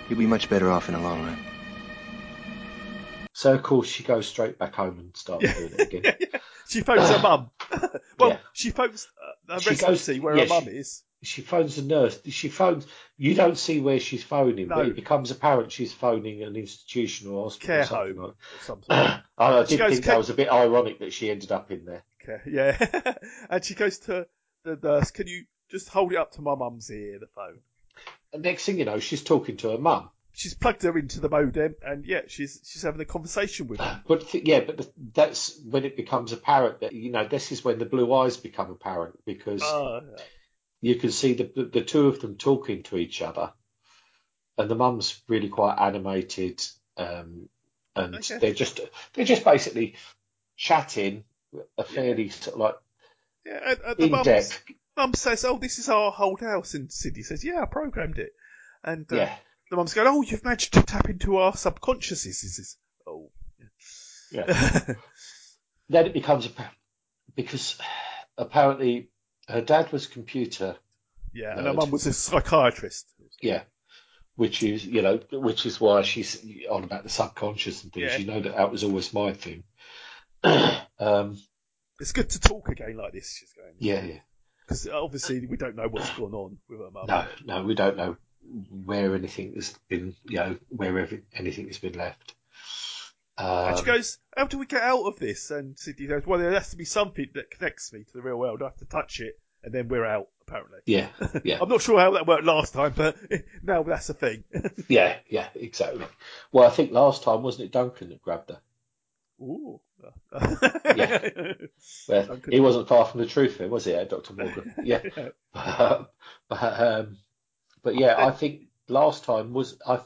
You'll be much better off in the long run.
So, of course, she goes straight back home and starts doing it again.
She phones her mum. well,
Yeah.
she phones uh, the
She goes-
residency where
yeah,
her mum
she-
is.
She phones the nurse. She phones. You don't see where she's phoning,
No.
but it becomes apparent she's phoning an institution or hospital. or
Care
something
home.
like-
or something.
I, I
She
did
goes,
think
"Can-
that was a bit ironic that she ended up in there.
Okay, yeah. and she goes to the nurse, can you just hold it up to my mum's ear, the phone?
And next thing you know, she's talking to her mum.
She's plugged her into the modem, and yeah, she's she's having a conversation with her.
But th- yeah, but the, that's when it becomes apparent that you know this is when the blue eyes become apparent because
Oh,
you can see the the two of them talking to each other, and the mum's really quite animated, um, and they're just they're just basically chatting a fairly sort of like
Yeah, and, and the
In
mum's,
depth.
mum says, "Oh, this is our old house," and Cindy says, "Yeah, I programmed it." And uh,
Yeah.
the mum's going, "Oh, you've managed to tap into our subconsciouses." This is- oh,
Yeah. then it becomes appa- because apparently her dad was computer.
yeah, and her
nerd.
mum was a psychiatrist.
Yeah, which is you know which is why she's on about the subconscious and things.
Yeah.
You know that that was always my thing. um,
It's good to talk again like this. She's going
yeah, yeah.
because obviously we don't know what's gone on with her mum.
No, no, we don't know where anything has been. You know where every, anything has been left.
and she
Um,
goes, "How do we get out of this?" And Cindy goes, "Well, there has to be something that connects me to the real world. I have to touch it, and then we're out." Apparently,
yeah, yeah.
I'm not sure how that worked last time, but now that's a thing.
Yeah, yeah, exactly. Well, I think last time wasn't it Duncan that grabbed her?
Ooh.
Yeah. Well, he wasn't far from the truth, then, was he, eh, Doctor Morgan? Yeah. but, um, but yeah, I think last time was I.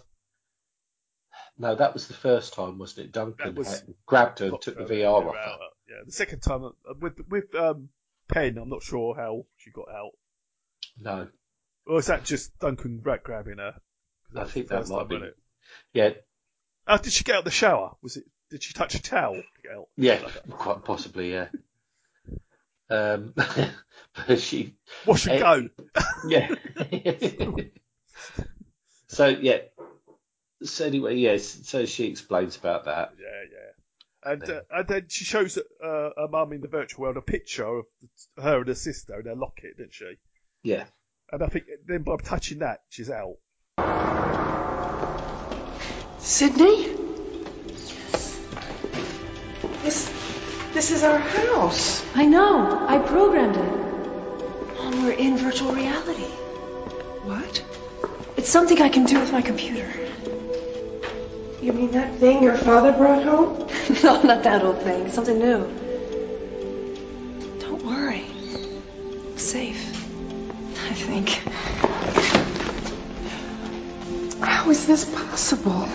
No, that was the first time, wasn't it? Duncan
was-
had- grabbed her and took the VR off her.
Yeah, the second time uh, with with um, Penn, I'm not sure how she got out.
No,
Or is that just Duncan rat grabbing her?
I
was
think
the
that
first
might
time,
be.
wasn't
Yeah,
How did she get out of the shower? Was it? Did she touch a towel to get out?
yeah, quite possibly, yeah. Um, but she
Wash and
eh,
go.
Yeah. so yeah. So anyway, yes. So she explains about that.
Yeah, yeah. And uh, and then she shows uh, her mum in the virtual world a picture of her and her sister in their locket, didn't she?
Yeah.
And I think then by touching that, she's out.
Sydney? This this is our house.
I know. I programmed it. Mom, we're in virtual reality. What? It's something I can do with my computer.
You mean that thing your father brought home?
no, not that old thing. It's something new. Don't worry. It's safe. I think.
How is this possible?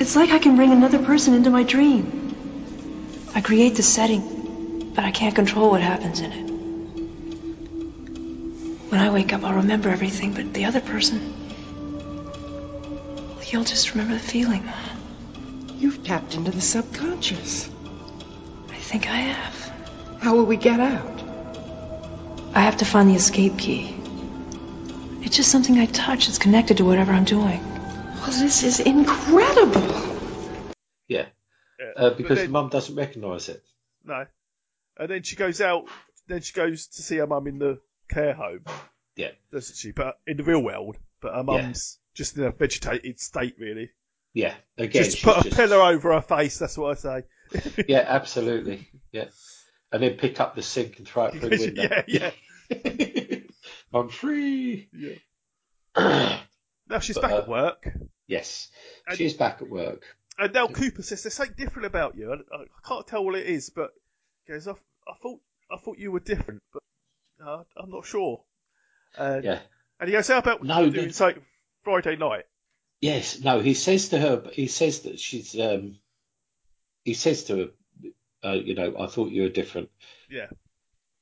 It's like I can bring another person into my dream. I create the setting, but I can't control what happens in it. When I wake up, I'll remember everything, but the other person. You'll just remember the feeling.
You've tapped into the subconscious.
I think I have.
How will we get out?
I have to find the escape key. It's just something I touch that's connected to whatever I'm doing.
Well, this is incredible.
Yeah.
Yeah.
Uh,
But
because
then-
Mum doesn't recognise it.
No. And then she goes out. Then she goes to see her mum in the care home,
Yeah.
doesn't she? But in the real world, but her
Yeah.
mum's just in a vegetated state, really.
Yeah. Again,
just
she's
put a
just-
pillow over her face. That's what I say.
Yeah, absolutely. Yeah. And then pick up the sink and throw it through the window.
yeah, yeah.
I'm free.
Yeah. Now she's
uh,
back at work,
Yes.
And-
She's back at work.
and now Cooper says there's something different about you. I, I can't tell what it is, but he goes, I, I thought I thought you were different, but uh, I'm not sure. And,
Yeah.
and he goes, how about
No,
doing
the-
something Friday night?
Yes, no, he says to her, he says that she's, um, he says to her, uh, you know, I thought you were different,
Yeah,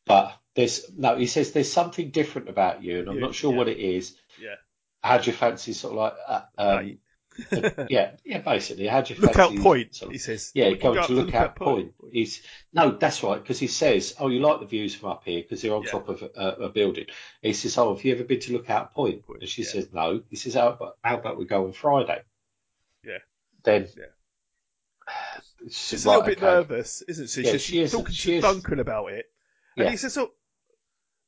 but there's, no, he says there's something different about you, and I'm
Yeah,
not sure what it is.
yeah.
How do you fancy sort of like, uh, um, yeah, yeah, basically, how do you
Look out
fancy
point,
sort of-
he says.
yeah,
We can
going
go up
to look out point. He's no, that's right, because he says, "Oh, you like the views from up here because they're on
Yeah.
top of uh, a, a building." He says, "Oh, have you ever been to Lookout Point?" And she says, "No." He says, "How about, how about we go on Friday?"
Yeah.
then
Yeah.
it's
She's
right,
a little bit
okay.
nervous, isn't she?
Yeah,
she's
she is-
talking
she
to
is.
Duncan about it. And
Yeah.
he says, oh,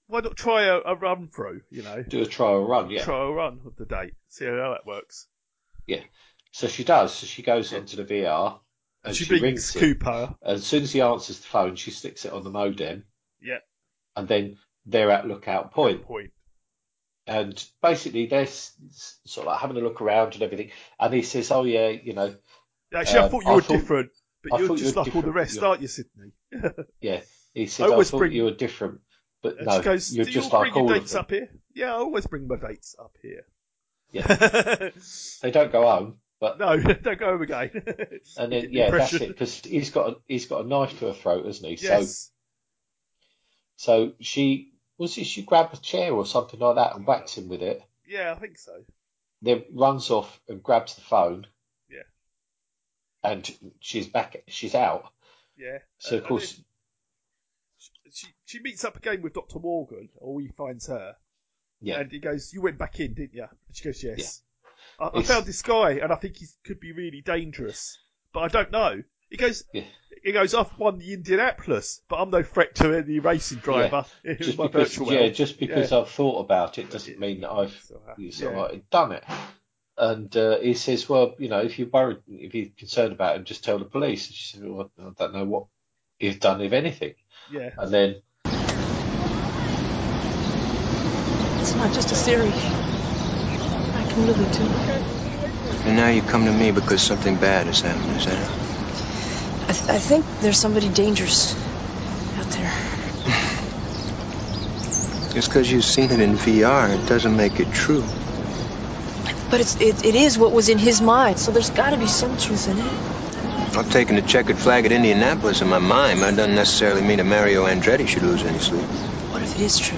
why not try a, a run through, you know?
Do a trial run, yeah,
Try a run of the date, see how that works.
yeah. So she does. So she goes onto the VR and she,
she rings
rings him.
Cooper.
And As soon as he answers the phone, she sticks it on the modem,
Yeah,
and then they're at Lookout Point.
point.
and basically they're s- s- sort of like having a look around and everything. And he says, "Oh yeah, you know,
Actually, I
Um,
thought you
I
were
thought-
different, but
I
you're
thought you
just
were
like all the
different,
rest,
you're-
aren't you, Sydney?
yeah." He
I
said, "I,
always
thought
bring-
you were different, but
And
no,
she goes,
you're
do you
just
all
like
bring
all
your
of
dates
them."
up here? Yeah, I always bring my dates up here.
Yeah. they don't go home, but
no, don't go home again.
and then, yeah, that's
Impression.
it because he's got a, he's got a knife to her throat, hasn't he?
Yes.
So so she was it she grabbed a chair or something like that and whacks him with it.
Yeah, I think so.
Then runs off and grabs the phone.
Yeah.
And she's back. She's out.
Yeah.
So
And-
of
and
course,
then she, she meets up again with Doctor Morgan, or he finds her.
Yeah.
And he goes, "You went back in, didn't you?" And she goes, "Yes." I, I
It's-
found this guy, and I think he could be really dangerous, but I don't know. He goes,
Yeah.
"He goes, I've won the Indianapolis, but I'm no threat to any racing driver in
just
my
because,
virtual
yeah,
world."
just because
Yeah.
I've thought about it doesn't mean that I've sort of
yeah.
like done it. And uh, he says, "Well, you know, if you're worried, if you're concerned about him, just tell the police." And she said, "Well, I don't know what he's done, if anything."
yeah.
And then
It's not just a series. I can really do it.
And now you come to me because something bad has happened, is that it?
I, th- I think there's somebody dangerous out there.
Just because you've seen it in VR, it doesn't make it true.
But it's it, it is what was in his mind, so there's got to be some truth in it.
I've taken the checkered flag at Indianapolis in my mind. That doesn't necessarily mean that Mario Andretti should lose any sleep.
What if it is true?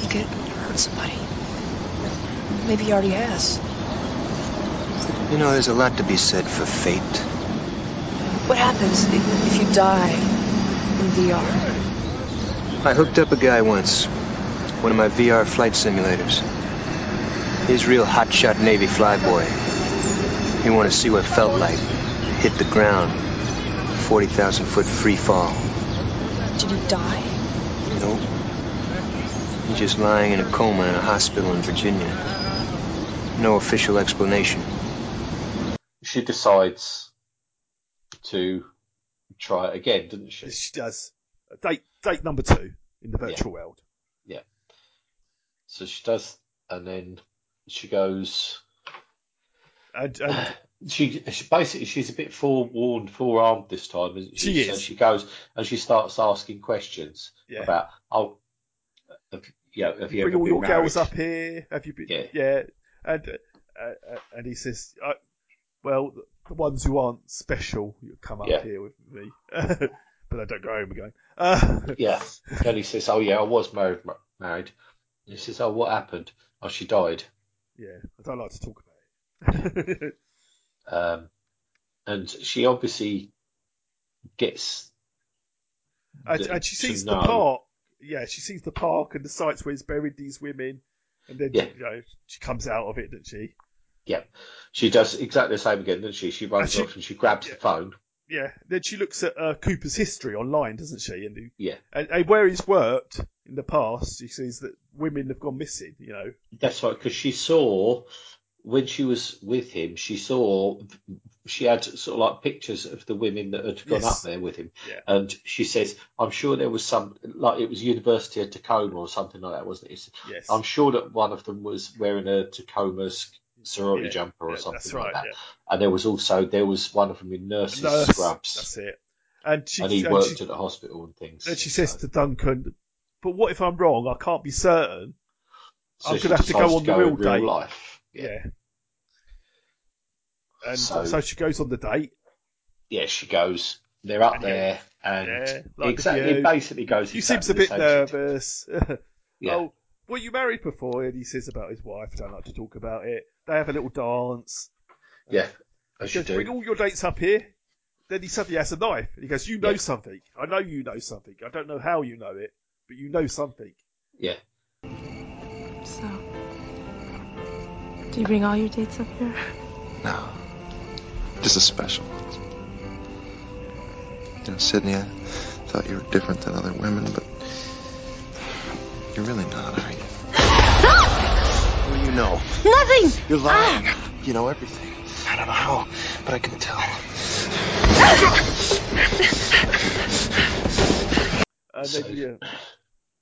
He could hurt somebody. Maybe he already has.
You know, there's a lot to be said for fate.
What happens if, if you die in VR?
I hooked up a guy once, one of my VR flight simulators. He's a real hotshot Navy flyboy. He wanted to see what it felt like. Hit the ground. 40,000 foot free fall.
Did he die?
Nope. He's just lying in a coma in a hospital in Virginia. No official explanation.
she decides to try it again, doesn't she?
She does. Date date number two in the virtual world.
Yeah. So she does, and then she goes.
And, and
she, she basically she's a bit forewarned, forearmed this time, isn't she?
She
So
is.
she goes and she starts asking questions
Yeah.
about, oh, have, you know, have you,
bring
ever
all
been
your
married?
girls up here. Have you been? Yeah. And uh, uh, and he says, uh, well, the ones who aren't special, you come up
Yeah.
here with me. but I don't go home again. Uh,
yeah. And he says, oh yeah, I was married. ma- Married. And he says, oh, what happened? Oh, she died.
yeah. I don't like to talk
Um, and she obviously gets.
about. it. And,
the-
and she
to
sees the
know-
park. Yeah, she sees the park and the sites where he's buried these women, and then
Yeah.
you know she comes out of it, doesn't she?
Yeah, she does exactly the same again, doesn't she? She runs
And she-
off and she grabs the phone.
Yeah. Then she looks at uh, Cooper's history online, doesn't she? And,
Yeah,
and, and where he's worked in the past, she sees that women have gone missing. You know.
that's right. Because she saw when she was with him, she saw she had sort of like pictures of the women that had gone
Yes.
up there with him,
Yeah.
and she says, "I'm sure there was some like it was University of Tacoma or something like that, wasn't it?" It's-
Yes.
I'm sure that one of them was wearing a Tacoma s- sorority
Yeah,
jumper or
yeah,
something
that's
like
right,
that,
yeah.
and there was also there was one of them in nurses
Nurse,
scrubs,
That's it. And she
and he
and
worked
she,
at the hospital and things.
and she says to Duncan, "But what if I'm wrong? I can't be certain.
So
I'm
she
gonna have to
decides
go on the
in
real date."
life.
Yeah. And so,
So-
she goes on the date.
yeah, she goes. They're up there, and
Yeah, like
exactly,
you.
it basically goes.
He seems a
exactly
bit uh,
the same.
nervous.
Yeah.
Oh, were you married before? And he says about his wife. Don't like to talk about it. They have a little dance.
Yeah, as
He
you
goes, bring
do.
all your dates up here. Then he suddenly has a knife. And he goes, You know
Yeah.
something. I know you know something. I don't know how you know it, but you know something.
Yeah,
So, do you bring all your dates up here?
No. Just a special. You know, Sydney, I thought you were different than other women, but you're really not, are you? What do you know?
Nothing!
You're lying. You know everything. I don't know how, but I can tell.
And then, yeah.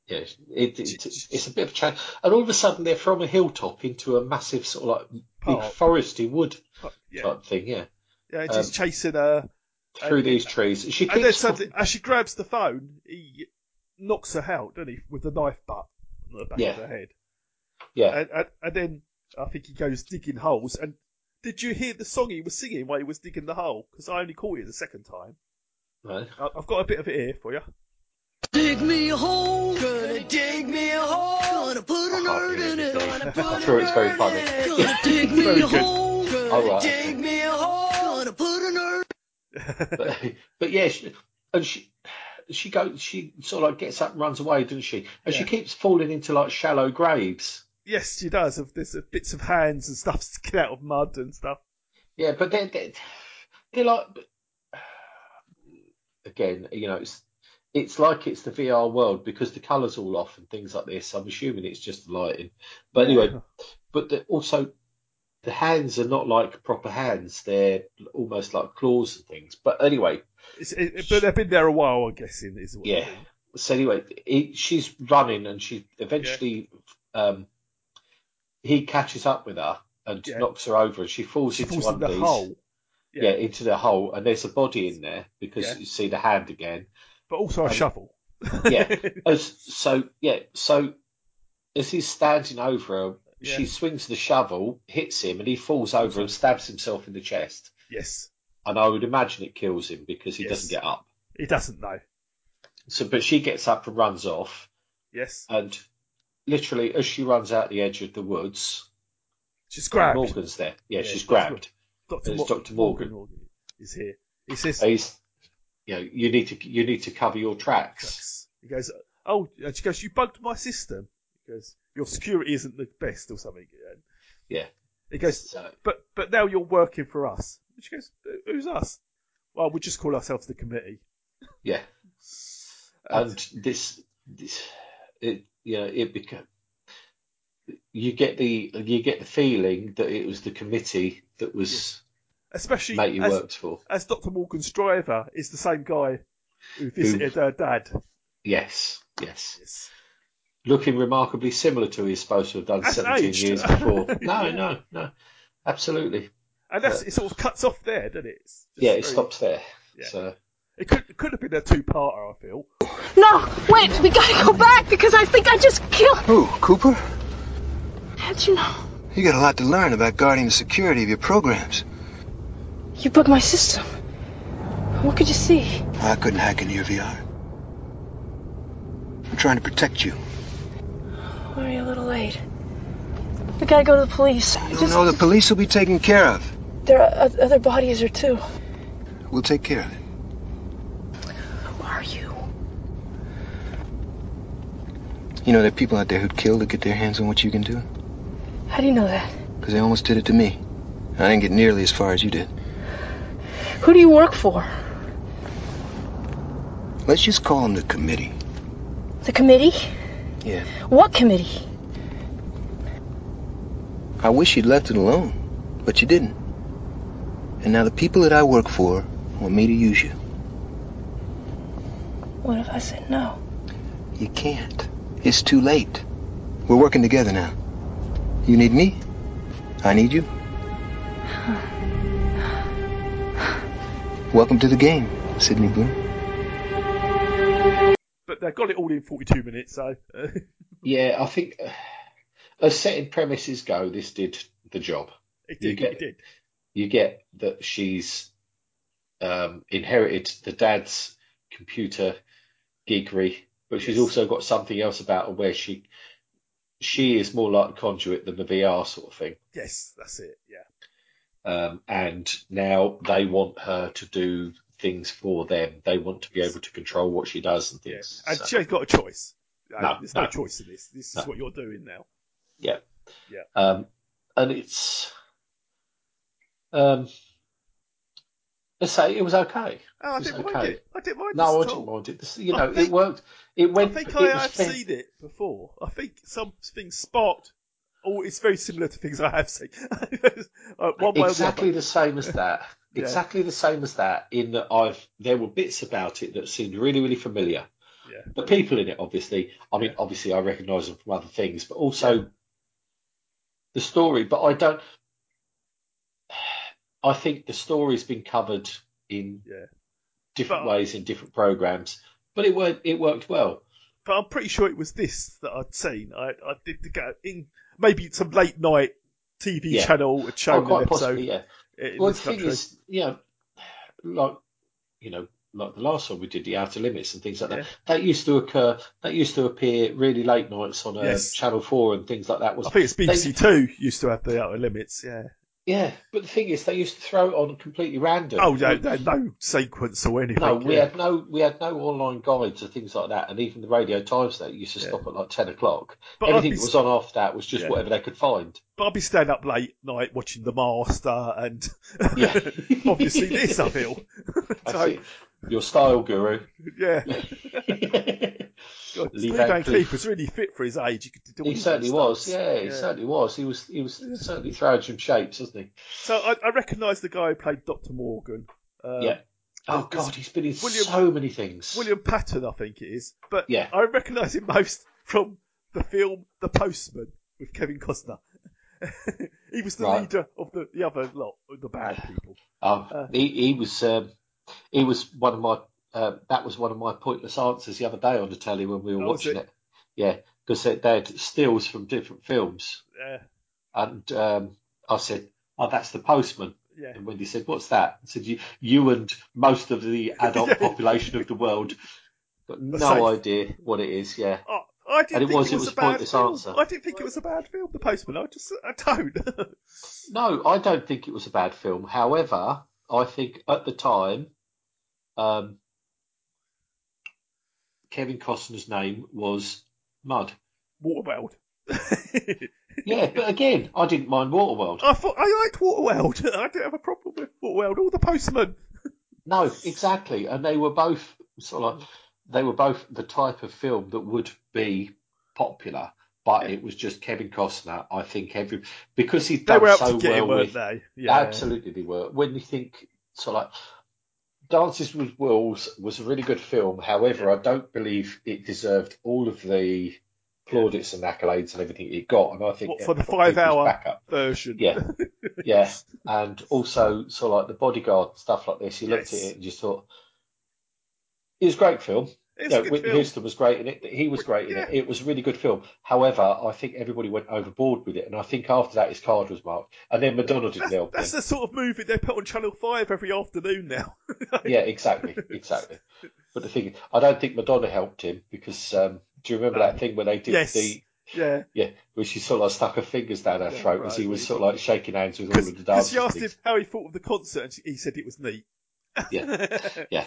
yeah. It, it, it's a bit of a change, and all of a sudden they're from a hilltop into a massive sort of like big
Park.
foresty wood
yeah.
type thing. Yeah,
Yeah, and she's
Um,
chasing her.
through
and-
these trees. She
and then
keeps
suddenly, as she grabs the phone, he knocks her out, doesn't he, with the knife butt on the back
Yeah.
of her head.
Uh,
yeah,
And, and, and then I think he goes digging holes. And did you hear the song he was singing while he was digging the hole? Because I only caught it the second time.
Right.
I- I've got a bit of it here for you.
Dig me a hole, gonna dig me a hole, gonna
Oh,
put a nerd in it, gonna put
I'm sure it's very funny.
gonna dig me
Very
a
good.
hole, gonna
All right,
dig
okay.
me a hole, gonna put a nerd.
but, but yeah, she, and she she goes she sort of like gets up and runs away, doesn't she? And she keeps falling into like shallow graves.
Yes, she does. Of There's uh, bits of hands and stuff sticking out of mud and stuff.
Yeah, but they're, they're, they're like again, you know, it's it's like it's the VR world because the colours all off and things like this. I'm assuming it's just the lighting, but anyway, but the, also the hands are not like proper hands; they're almost like claws and things. But anyway,
It's, it, it- but they've been there a while, I'm guessing. Is what
yeah. So anyway, he, she's running and she eventually um, he catches up with her and
Yeah.
knocks her over and she falls into
falls
one
in the
of these.
hole.
Yeah. into the hole, and there's a body in there because
Yeah.
you see the hand again.
But also a
And-
shovel.
yeah. As, so yeah. So as he's standing over her, she swings the shovel, hits him, and he falls over and stabs himself in the chest.
Yes.
And I would imagine it kills him because he
Yes.
doesn't get up.
He doesn't know.
So, but she gets up and runs off,
Yes.
and literally as she runs out the edge of the woods,
she's grabbed.
Morgan's there. Yeah,
Yeah,
she's
she's
grabbed.
Dr.
It's
Mo-
Dr. Morgan.
is here. He says,
He's, you know, you need to you need to cover your tracks.
he goes, oh, and she goes, you bugged my system. He goes, your security isn't the best or something. And
Yeah.
he goes, but but now you're working for us. And she goes, "Who- who's us? Well, we just call ourselves the committee. Uh,
Yeah. And this, this, it, you know, it became. You get the you get the feeling that it was the committee that was
Especially
that you
as,
worked for.
as Dr. Morgan's driver is the same guy who visited her dad.
Yes, yes. Looking remarkably similar to he's supposed to have done
Hasn't
17
aged.
years before. No,
Yeah.
no, no. Absolutely.
And that's,
Uh,
it sort of cuts off there, doesn't it? It's just
yeah, it
very-
stops there.
Yeah.
So
It could, it could have been a two-parter, I feel.
No, wait, we gotta go back because I think I just killed.
Who, Cooper?
How'd you know?
You got a lot to learn about guarding the security of your programs.
You bugged my system. What could you see?
I couldn't hack into your VR. I'm trying to protect you.
We're a little late. We gotta go to the police.
You don't know the police will be taken care of.
There are oth- other bodies or two.
We'll take care of it.
Who are you?
You know, there are people out there who'd kill to get their hands on what you can do.
How do you know that?
Because they almost did it to me. I didn't get nearly as far as you did.
Who do you work for?
Let's just call them the committee.
The committee?
Yeah.
What committee?
I wish you'd left it alone, but you didn't. And now the people that I work for want me to use you.
What if I said no?
You can't. It's too late. We're working together now. You need me. I need you. Welcome to the game, Sydney Bloom.
But they got it all in 42 minutes, so... Uh,
yeah, I think uh, as setting premises go, this did the job.
it
You
did,
get
it did.
you get that she's um, inherited the dad's computer geekery, but she's also got something else about her where she she is more like a conduit than the VR sort of thing.
Yes, that's it, yeah.
Um, and now they want her to do things for them. They want to be able to control what she does and things.
And
So,
she ain't got a choice. Uh,
No,
There's no,
no.
choice in this. This
No.
is what you're doing now.
yeah.
Yeah.
Um, and it's um, let's say it was okay.
Oh, I
It was
didn't mind
okay.
it. I didn't mind this
No, I
at all.
didn't mind it. This- you
I
know,
think-
it worked. It went.
I think
it
I
was
have
fair.
seen it before. I think something sparked. Oh, it's very similar to things I have seen. uh, one way or the
exactly
other.
the same as that.
Yeah.
Exactly the same as that. In that, I've there were bits about it that seemed really, really familiar.
Yeah.
The people in it, obviously. I mean, obviously, I recognise them from other things, but also the story. But I don't. I think the story's been covered in
Yeah.
different
But-
ways in different programs, but it worked. It worked well.
But I'm pretty sure it was this that I'd seen. I, I did the go in maybe some late night TV
Yeah.
channel had shown
Oh, quite
an episode.
possibly, yeah.
in
well, the
this
thing
country.
is, yeah, like you know, like the last one we did, the Outer Limits and things like
Yeah.
that. That used to occur. That used to appear really late nights on uh,
Yes.
Channel Four and things like that. Was
I think it's
they-
BBC Two used to have the outer limits. Yeah.
yeah, but the thing is, they used to throw it on completely random.
Oh, they, they had no sequence or anything.
No, we
yeah.
had no we had no online guides or things like that, and even the radio times that used to stop at like ten o'clock.
But I'd
Anything
be
that was
s-
on after that was just
Yeah.
whatever they could find.
But I'd be staying up late night watching The Master and obviously this uphill.
That's
So-
it. Your style guru,
Yeah. God,
Lee
Lee
Van Cleef.
Van Cleef was really fit for his age. He could do all
he
these
certainly
little
was.
stunts.
Yeah, he certainly was. He was he was certainly throwing some shapes, wasn't he?
So I, I recognise the guy who played Doctor Morgan. Um,
yeah. Oh
it's
God, he's been in
William-
so many things.
William Patton, I think it is. But
Yeah.
I recognise him most from the film The Postman with Kevin Costner. he was the
Right.
leader of the, the other lot, the bad people.
Oh,
Uh,
he, he was um, he was one of my uh, that was one of my pointless answers the other day on the telly when we were
Oh, was
watching
it?
it. Yeah, because they, they had stills from different films,
Yeah.
and um, I said, "Oh, that's the postman."
Yeah.
And Wendy said, "What's that?" I said, "You, you and most of the adult population of the world got no
same.
idea what it is." Yeah,
Oh, I didn't
And it
think
was-
it
it
was,
was
a bad
pointless
film.
answer.
I didn't think it was a bad film, The Postman. I just, I don't.
no, I don't think it was a bad film. However, I think at the time, um, Kevin Costner's name was Mud.
Waterworld.
Yeah, but again, I didn't mind Waterworld.
I thought I liked Waterworld. I didn't have a problem with Waterworld or The Postman.
No, exactly, and they were both sort of like, they were both the type of film that would be popular, but it was just Kevin Costner. I think every because he'd
They
done
were out
so
to get
well
him, weren't
with
they? Yeah.
absolutely they were. When you think sort of like Dances with Wolves was a really good film. However, I don't believe it deserved all of the plaudits and accolades and everything it got. And I think
What,
it
for the
put people's back
five-hour
up.
version.
Yeah, yeah, and also sort of like the bodyguard and stuff like this. You looked
Yes.
at it and just thought it was a great film.
It was
Yeah,
a good
Whitney
film.
Houston was great in it. He was great in it. It was a really good film. However, I think everybody went overboard with it, and I think after that his card was marked, and then Madonna didn't help.
That's
him.
the sort of movie they put on Channel Five every afternoon now.
Yeah, exactly, exactly. But the thing, is, I don't think Madonna helped him because um, do you remember that thing where they did
Yes.
the
yeah.
yeah, where she sort of like stuck her fingers down her
Yeah,
throat as
right,
he was
yeah.
sort of like shaking hands with all of the
Because
dancers.
she asked
and
him
things.
how he thought of the concert, and she, he said it was neat.
Yeah. Yeah.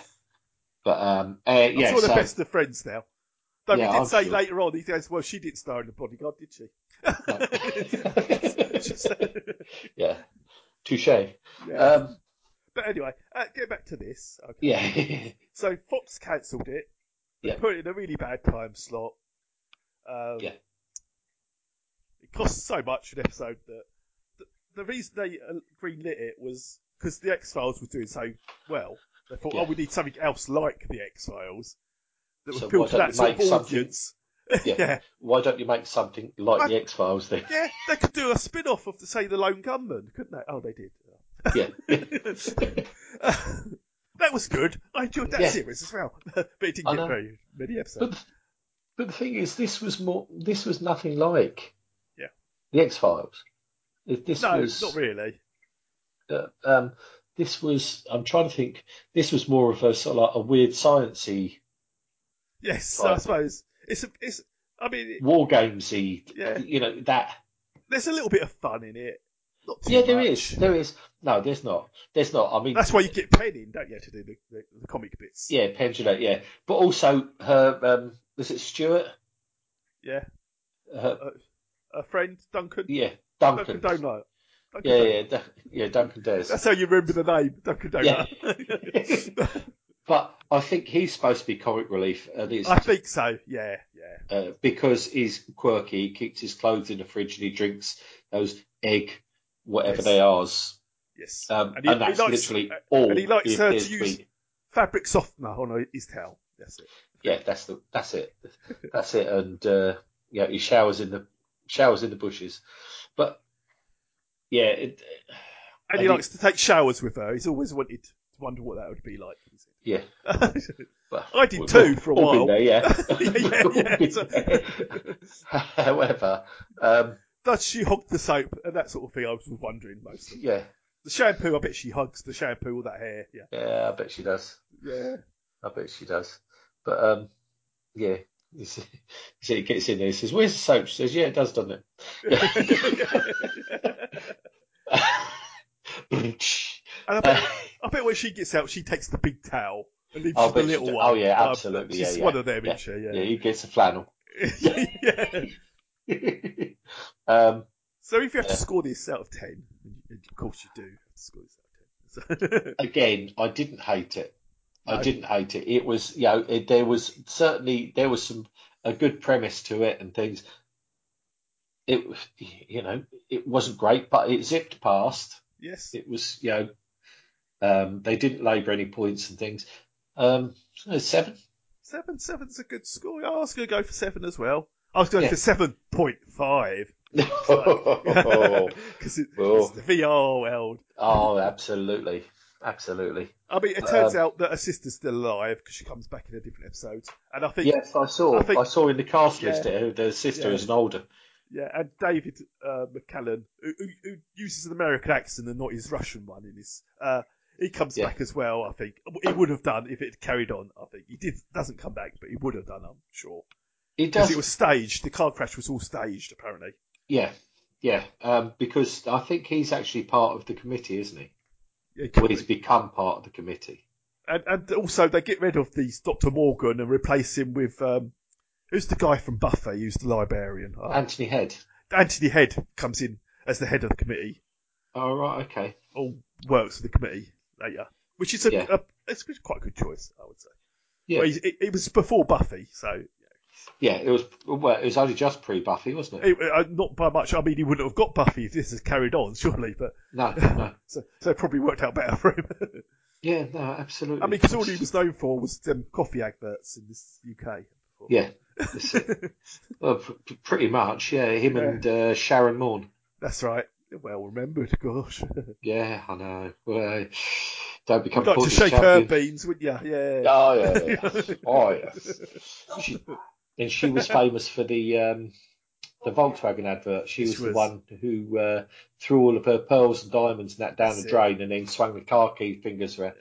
But um, uh,
I'm
yeah,
sure
so
they're best of friends now. Though
Yeah,
he did
I'm
say
sure.
later on, he says, "Well, she didn't star in the bodyguard, did she?" Just-
yeah, touche.
Yeah.
Um,
but anyway, uh, get back to this. Okay.
yeah,
So Fox cancelled it. They
Yeah.
put it in a really bad time slot. Um,
Yeah.
It cost so much an episode that the, the reason they uh, greenlit it was because the X Files were doing so well. They thought,
Yeah.
oh, we need something else like the X Files that would
So
appeal
why
to
don't
that
you
sort of
make something-
audience.
yeah.
Yeah.
Why don't you make something like
I-
the X Files then?
Yeah, they could do a spin off of, say, The Lone Gunman, couldn't they? Oh, they did.
Yeah,
that was good. I enjoyed that
Yeah.
series as well. but it didn't
I
get
know.
very many episodes.
But but the thing is, this was more. This was nothing like.
Yeah.
The X Files. This
no,
was
not really.
uh, um, this was. I'm trying to think. This was more of a sort of like a weird sciency,
Yes, I
Right.
suppose it's a, it's. I mean, it,
war gamesy.
Yeah.
You know that.
there's a little bit of fun in it. Not too
Yeah, there
much.
is. There is. No, there's not. There's not. I mean,
That's why you get paid in, don't you, to do the, the, the comic bits?
Yeah, Pendulette. Yeah, but also her. Um, was it Stuart?
Yeah.
Her,
A friend, Duncan.
yeah,
Duncan
Duncan.
Donut. Duncan
Yeah,
Donut.
yeah, Dun- yeah, Duncan Dares.
That's how you remember the name, Duncan
Yeah.
Donut.
But I think he's supposed to be comic relief, and it's
I think so. Yeah, yeah.
uh, because he's quirky. He keeps his clothes in the fridge and he drinks those egg, whatever
Yes.
they are's.
Yes.
Um, and,
And he- he
that's
likes-
literally
uh,
all.
and he likes her
appears
to use-
be.
Fabric softener on his towel. That's it.
Yeah, that's the that's it, that's it. And uh, yeah, he showers in the showers in the bushes, but yeah, it,
And
I
he
think-
likes to take showers with her. He's always wanted to wonder what that would be like. he said.
yeah. Well,
I did
we've
too
all-
for a
all Been
while.
there, yeah.
Yeah, yeah,
We've all
yeah.
been
So-
there. However, um,
does she hog the soap and that sort of thing? I was wondering mostly.
Yeah.
The shampoo, I bet she hugs the shampoo with that hair. Yeah.
Yeah, I bet she does.
Yeah.
I bet she does. But um, yeah. You see, you see it gets in there. He says, "Where's the soap?" She says, "Yeah, it does, doesn't it?"
And
Uh,
I bet, I bet when she gets out, she takes the big towel and leaves
I'll
the
bet she
little
do-
one.
Oh yeah,
Uh,
absolutely.
She's
yeah, yeah,
one of them,
yeah.
isn't she? Yeah.
he gets a flannel.
yeah.
Um,
So if you have
Yeah.
to score this out of ten, and of course you do have to score this out of ten.
again, I didn't hate it. I
No.
didn't hate it. It was, you know, it, there was certainly there was some a good premise to it and things. It, was- you know, it wasn't great, but it zipped past.
Yes.
It was, you know, um, they didn't labour any points and things. Um, so seven.
Seven, seven's a good score. I was going to go for seven as well. I was going
Yeah.
for seven point five
oh,
because it's the VR world.
absolutely, absolutely.
I mean, it turns
Um,
out that her sister's still alive because she comes back in a different episode, and I think
Yes, I saw. I,
I think-
saw in the cast
Yeah.
list that their sister
Yeah.
is an older.
Yeah, and David uh, McCallan, who, who, who uses an American accent and not his Russian one in this, uh, he comes
Yeah.
back as well. I think he would have done if it had carried on. I think he did doesn't come back, but he would have done. I'm sure
It
because
does.
it was staged. The car crash was all staged, apparently.
Yeah, yeah. Um, because I think he's actually part of the committee, isn't he?
Yeah,
Well, he's become part of the committee.
And, and also they get rid of these Doctor Morgan and replace him with um, who's the guy from Buffy, who's the librarian. Uh,
Anthony Head.
Anthony Head comes in as the head of the committee.
Oh right, okay.
All works for the committee later, which is a,
Yeah.
a it's quite a good choice, I would say.
Yeah,
Well, it, it was before Buffy, so
yeah. It was well, it was only just pre Buffy, wasn't it?
it, uh, not by much. I mean, he wouldn't have got Buffy if this has carried on, surely. But
No, no.
so, so it probably worked out better for him.
Yeah, no, absolutely.
I mean, because all he was known for was um, coffee adverts in this UK.
yeah. That's it. well, pr- pr- pretty much. Yeah, him and uh, Sharon Morn.
That's right. Well remembered, gosh.
Yeah, I know. Well, don't become
You'd like to
Portuguese
shake her
champion.
beans, wouldn't you? Yeah.
Oh, yeah, yeah. Oh, yeah. She- and she was famous for the um, the Volkswagen advert. She was,
She
the
was.
one who uh, threw all of her pearls and diamonds and that down
That's
the
it.
drain, and then swung the car key fingers ra-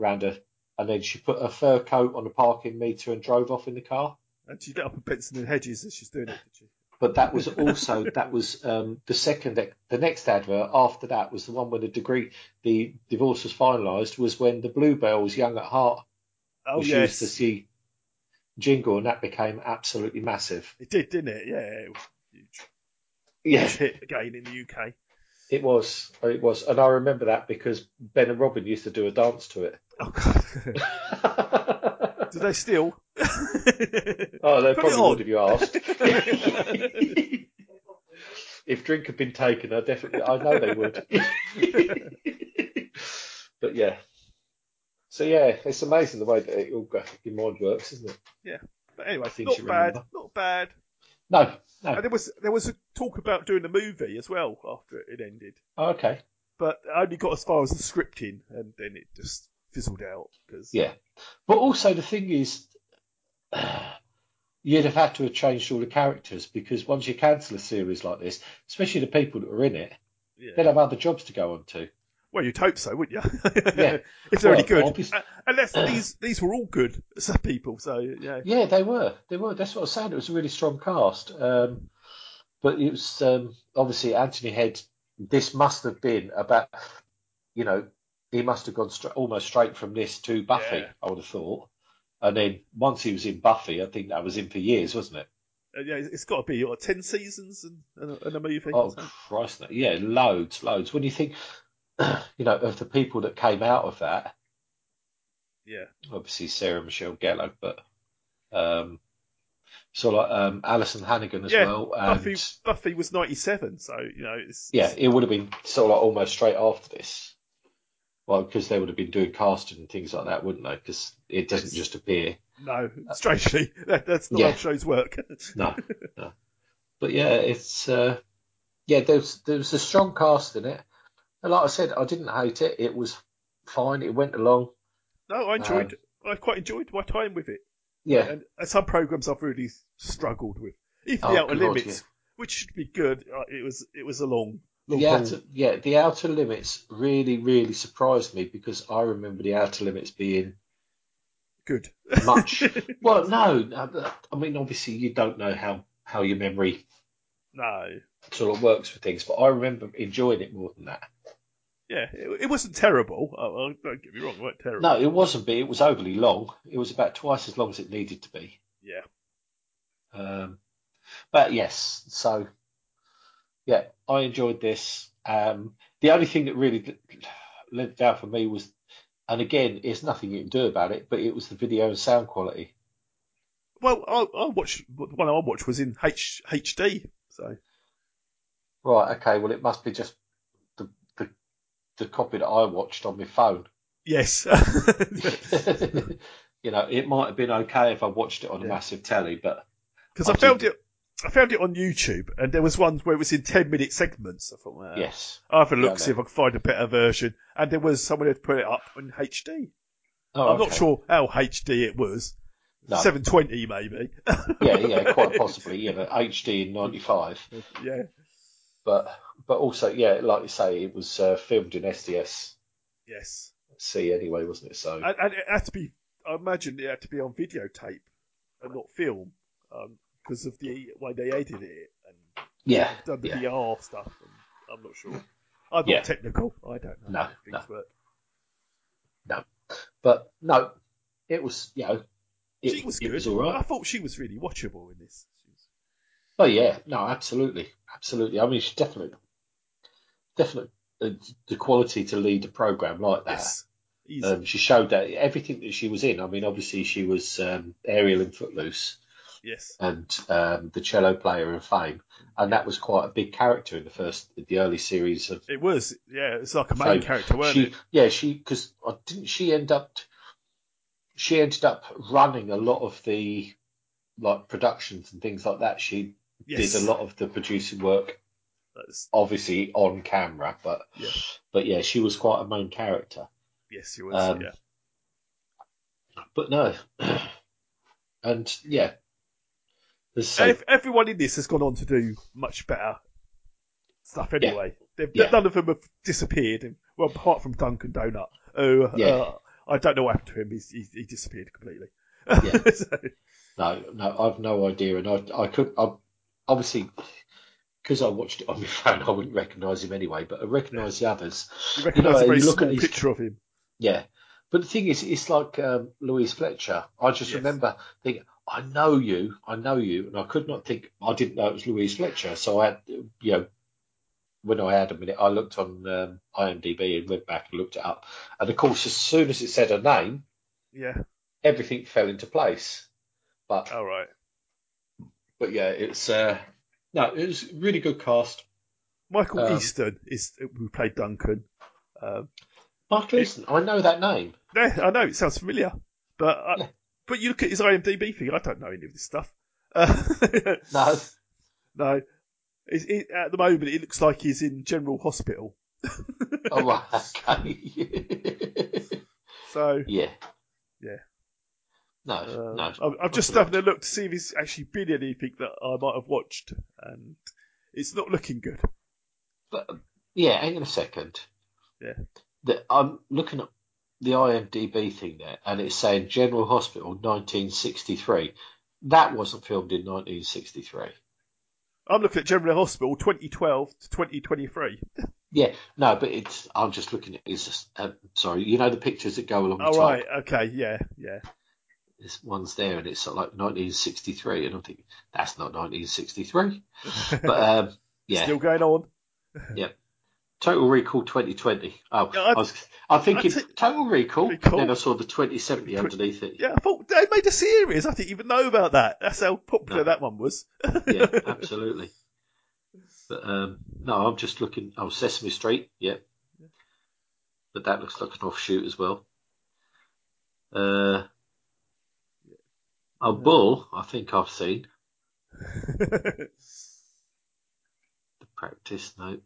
around her, and then she put a fur coat on a parking meter and drove off in the car.
And she lit up a Benson and Hedges as she's doing it, did she?
But that was also that was um, the second ec- the next advert after that was the one when the degree the divorce was finalised was when the Bluebell was young at heart
Oh,
was
yes.
used to see jingle, and that became absolutely massive.
It did, didn't it? Yeah. It was a huge,
Yeah,
huge hit again in the UK.
it was, it was, and I remember that because Ben and Robin used to do a dance to it.
Oh, God. Do they still?
Oh, they
Put it
probably
on.
would if you asked. if drink had been taken, I definitely, I know they would. but yeah. So yeah, it's amazing the way that it all graphically mind works, isn't it?
But anyway,
Things
not
you
bad,
remember.
not bad.
No, no.
And there was there was a talk about doing a movie as well after it ended,
Oh, okay.
but I only got as far as the scripting, and then it just fizzled out because
Yeah. But also the thing is, you'd have had to have changed all the characters because once you cancel a series like this, especially the people that were in it,
Yeah.
they'd have other jobs to go on to.
well, you'd hope so, wouldn't you?
Yeah.
if they're any
Well,
good,
obvious-
Uh, unless these these were all good so people. So yeah,
Yeah, they were. They were. That's what I was saying. It was a really strong cast. Um, but it was um, obviously Anthony Head. This must have been about, you know, he must have gone stra- almost straight from this to Buffy,
Yeah.
I would have thought. And then once he was in Buffy, I think that was in for years, wasn't it?
Uh, yeah, it's got to be what, ten seasons and, and, a, and a movie.
Oh
So-
Christ! no. Yeah, loads, loads. When you think, you know, of the people that came out of that,
yeah,
obviously Sarah Michelle Gellar, but um, so like um, Alison Hannigan as
yeah.
well, and
Buffy Buffy was ninety seven, so you know it's
yeah, it would have been sort of like almost straight after this. Well, because they would have been doing casting and things like that, wouldn't they? Because it doesn't
Yes.
just appear.
no, strangely that, that's not
Yeah.
how shows work.
No, no. But yeah, it's uh, yeah. There's there's a strong cast in it. And like I said, I didn't hate it. It was fine. It went along.
No, I enjoyed.
Um,
I quite enjoyed my time with it. uh,
Yeah.
And some programs I've really struggled with. Even
Oh,
the Outer
God,
Limits,
yeah.
which should be good. Uh, It was it was a long, long
The
haul.
outer, yeah, the outer limits really, really surprised me because I remember the outer limits being
good.
Much. well, no, no, I mean obviously you don't know how how your memory
no
sort of works for things, but I remember enjoying it more than that.
Yeah, it, it wasn't terrible. Oh, oh, don't get me wrong, it weren't terrible.
No, it wasn't. But it was overly long. It was about twice as long as it needed to be.
Yeah.
Um, but yes, so yeah, I enjoyed this. Um, the only thing that really lived down for me was, and again, it's nothing you can do about it, but it was the video and sound quality.
Well, I, I watched the one I watched was in H, HD, so
Right. Okay. Well, it must be just the the, the copy that I watched on my phone.
yes.
you know, it might have been okay if I watched it on a massive telly, but
Because I found it, I found it on YouTube, and there was ones where it was in ten minute segments. I thought, well,
Yes.
I have a look
Yeah,
see if I can find a better version, and there was someone who had put it up in HD.
Oh,
I'm not
okay.
sure how HD it was,
No.
720 maybe.
yeah, yeah, quite possibly, you know, HD in '95.
yeah,
But but also, yeah, like you say, it was uh, filmed in SDS
yes,
C anyway, wasn't it? So
and, and it had to be. I imagine it had to be on videotape and not film, because of the way they edited it and
Yeah,
done the VR stuff. And I'm not sure. I'm
Yeah.
not technical. I don't know.
No,
how things work.
no, but no, it was you know, it,
she was
it
good.
was all right.
I thought she was really watchable in this.
Oh yeah, no, absolutely, absolutely. I mean, she's definitely, definitely uh, the quality to lead a program like that.
easy.
Ah. Um, she showed that everything that she was in. I mean, obviously she was um, Ariel in Footloose
Yes.
and um, the cello player in Fame, and that was quite a big character in the first, the early series of
It was, yeah, it's like a main
So
character, weren't
she,
it?
Yeah, she because didn't she end up? She ended up running a lot of the like productions and things like that. She
Yes.
did a lot of the producing work,
That's-
obviously on camera, but
Yeah.
but yeah, she was quite a main character.
Yes, she was,
Um,
yeah.
But no, and yeah, there's so,
Ev- everyone in this has gone on to do much better stuff anyway. They've,
Yeah.
None of them have disappeared, and- well, apart from Duncan Donut, who uh,
Yeah.
I don't know what happened to him. He's, he, he disappeared completely.
Yeah.
So,
no, no, I've no idea, and I I could I obviously. Because I watched it on my phone, I wouldn't recognise him anyway, but I recognise the others.
you
You know,
recognise a very
you look at
small
these-
picture of him.
Yeah. But the thing is, it's like um, Louise Fletcher. I just
Yes.
remember thinking, I know you, I know you, and I could not think, I didn't know it was Louise Fletcher. So I had, you know, when I had a minute, I looked on um, IMDb and went back and looked it up. And of course, as soon as it said her name,
Yeah.
everything fell into place. But
all right.
But yeah, it's uh, no, it was a really good cast.
Michael
Um,
Easton is who played Duncan. Um,
Michael Easton, I know that name.
Yeah, I know it sounds familiar, but I, but you look at his IMDb thing. I don't know any of this stuff. Uh,
no,
no. It's, it, at the moment, it looks like he's in General Hospital.
Oh, right, okay.
So
yeah,
yeah.
no,
Um,
no.
I've, I've just having a look to see if he's actually been in anything that I might have watched, and it's not looking good.
But yeah, hang on a second.
Yeah.
The, I'm looking at the IMDb thing there, and it's saying General Hospital 1963. That wasn't filmed in 1963.
I'm looking at General Hospital 2012 to 2023.
Yeah, no, but it's. I'm just looking at. It's just. Um, sorry, you know the pictures that go along the
All
top.
Oh, right, okay, yeah, yeah.
This one's there, and it's sort of like 1963, and I'm thinking that's not 1963. but um, yeah,
Still going on.
yeah. Total Recall 2020. Oh,
Yeah,
I,
I-
was. I think
I
it's Total Recall. Then I saw the 2070
Tw-
underneath it.
Yeah, I thought they made a series. I didn't even know about that. That's how popular that one was.
yeah, absolutely. But um, no, I'm just looking. Oh, Sesame Street, yeah. But that looks like an offshoot as well. Uh, a bull, I think I've seen. The practice, no,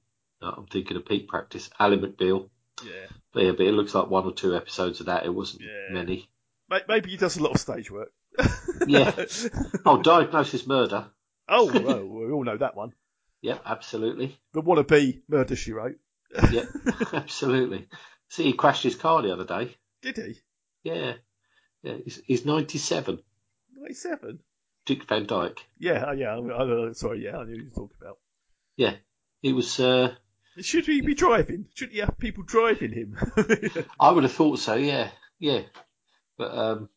no, I'm thinking of peak practice. Ali McBeal,
Yeah.
but yeah, but it looks like one or two episodes of that. It wasn't
Yeah.
many.
May- Maybe he does a lot of stage work.
Yeah. oh, diagnosis murder.
Oh, well, we all know that one.
Yeah, absolutely.
The wannabe murder she wrote.
yeah, absolutely. See, he crashed his car the other day.
Did he?
Yeah, yeah. He's, he's ninety-seven.
Ninety-seven.
Dick Van Dyke.
Yeah, uh, yeah. I, I, uh, sorry, yeah. I knew who you were talking about.
Yeah, it was. Uh,
Should he be driving? Should he have people driving him?
I would have thought so. Yeah, yeah. But um,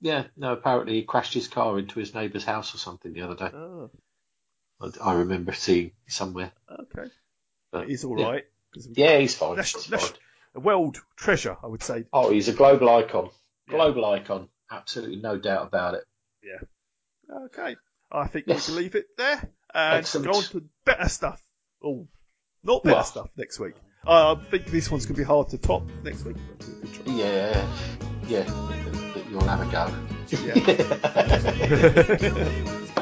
yeah, no. Apparently, he crashed his car into his neighbour's house or something the other day.
Oh,
I, I remember seeing somewhere.
okay.
But,
He's all
yeah.
right.
Yeah, he's fine.
National,
He's
national- a world treasure, I would say.
Oh, he's a global icon. Global icon. Absolutely no doubt about it.
Yeah. Okay. I think
Yes.
we can leave it there and
Excellent.
go on to better stuff. Oh, not better
Well.
stuff next week. Uh, I think this one's going to be hard to top next week.
Yeah, yeah. You'll have a go.
Yeah.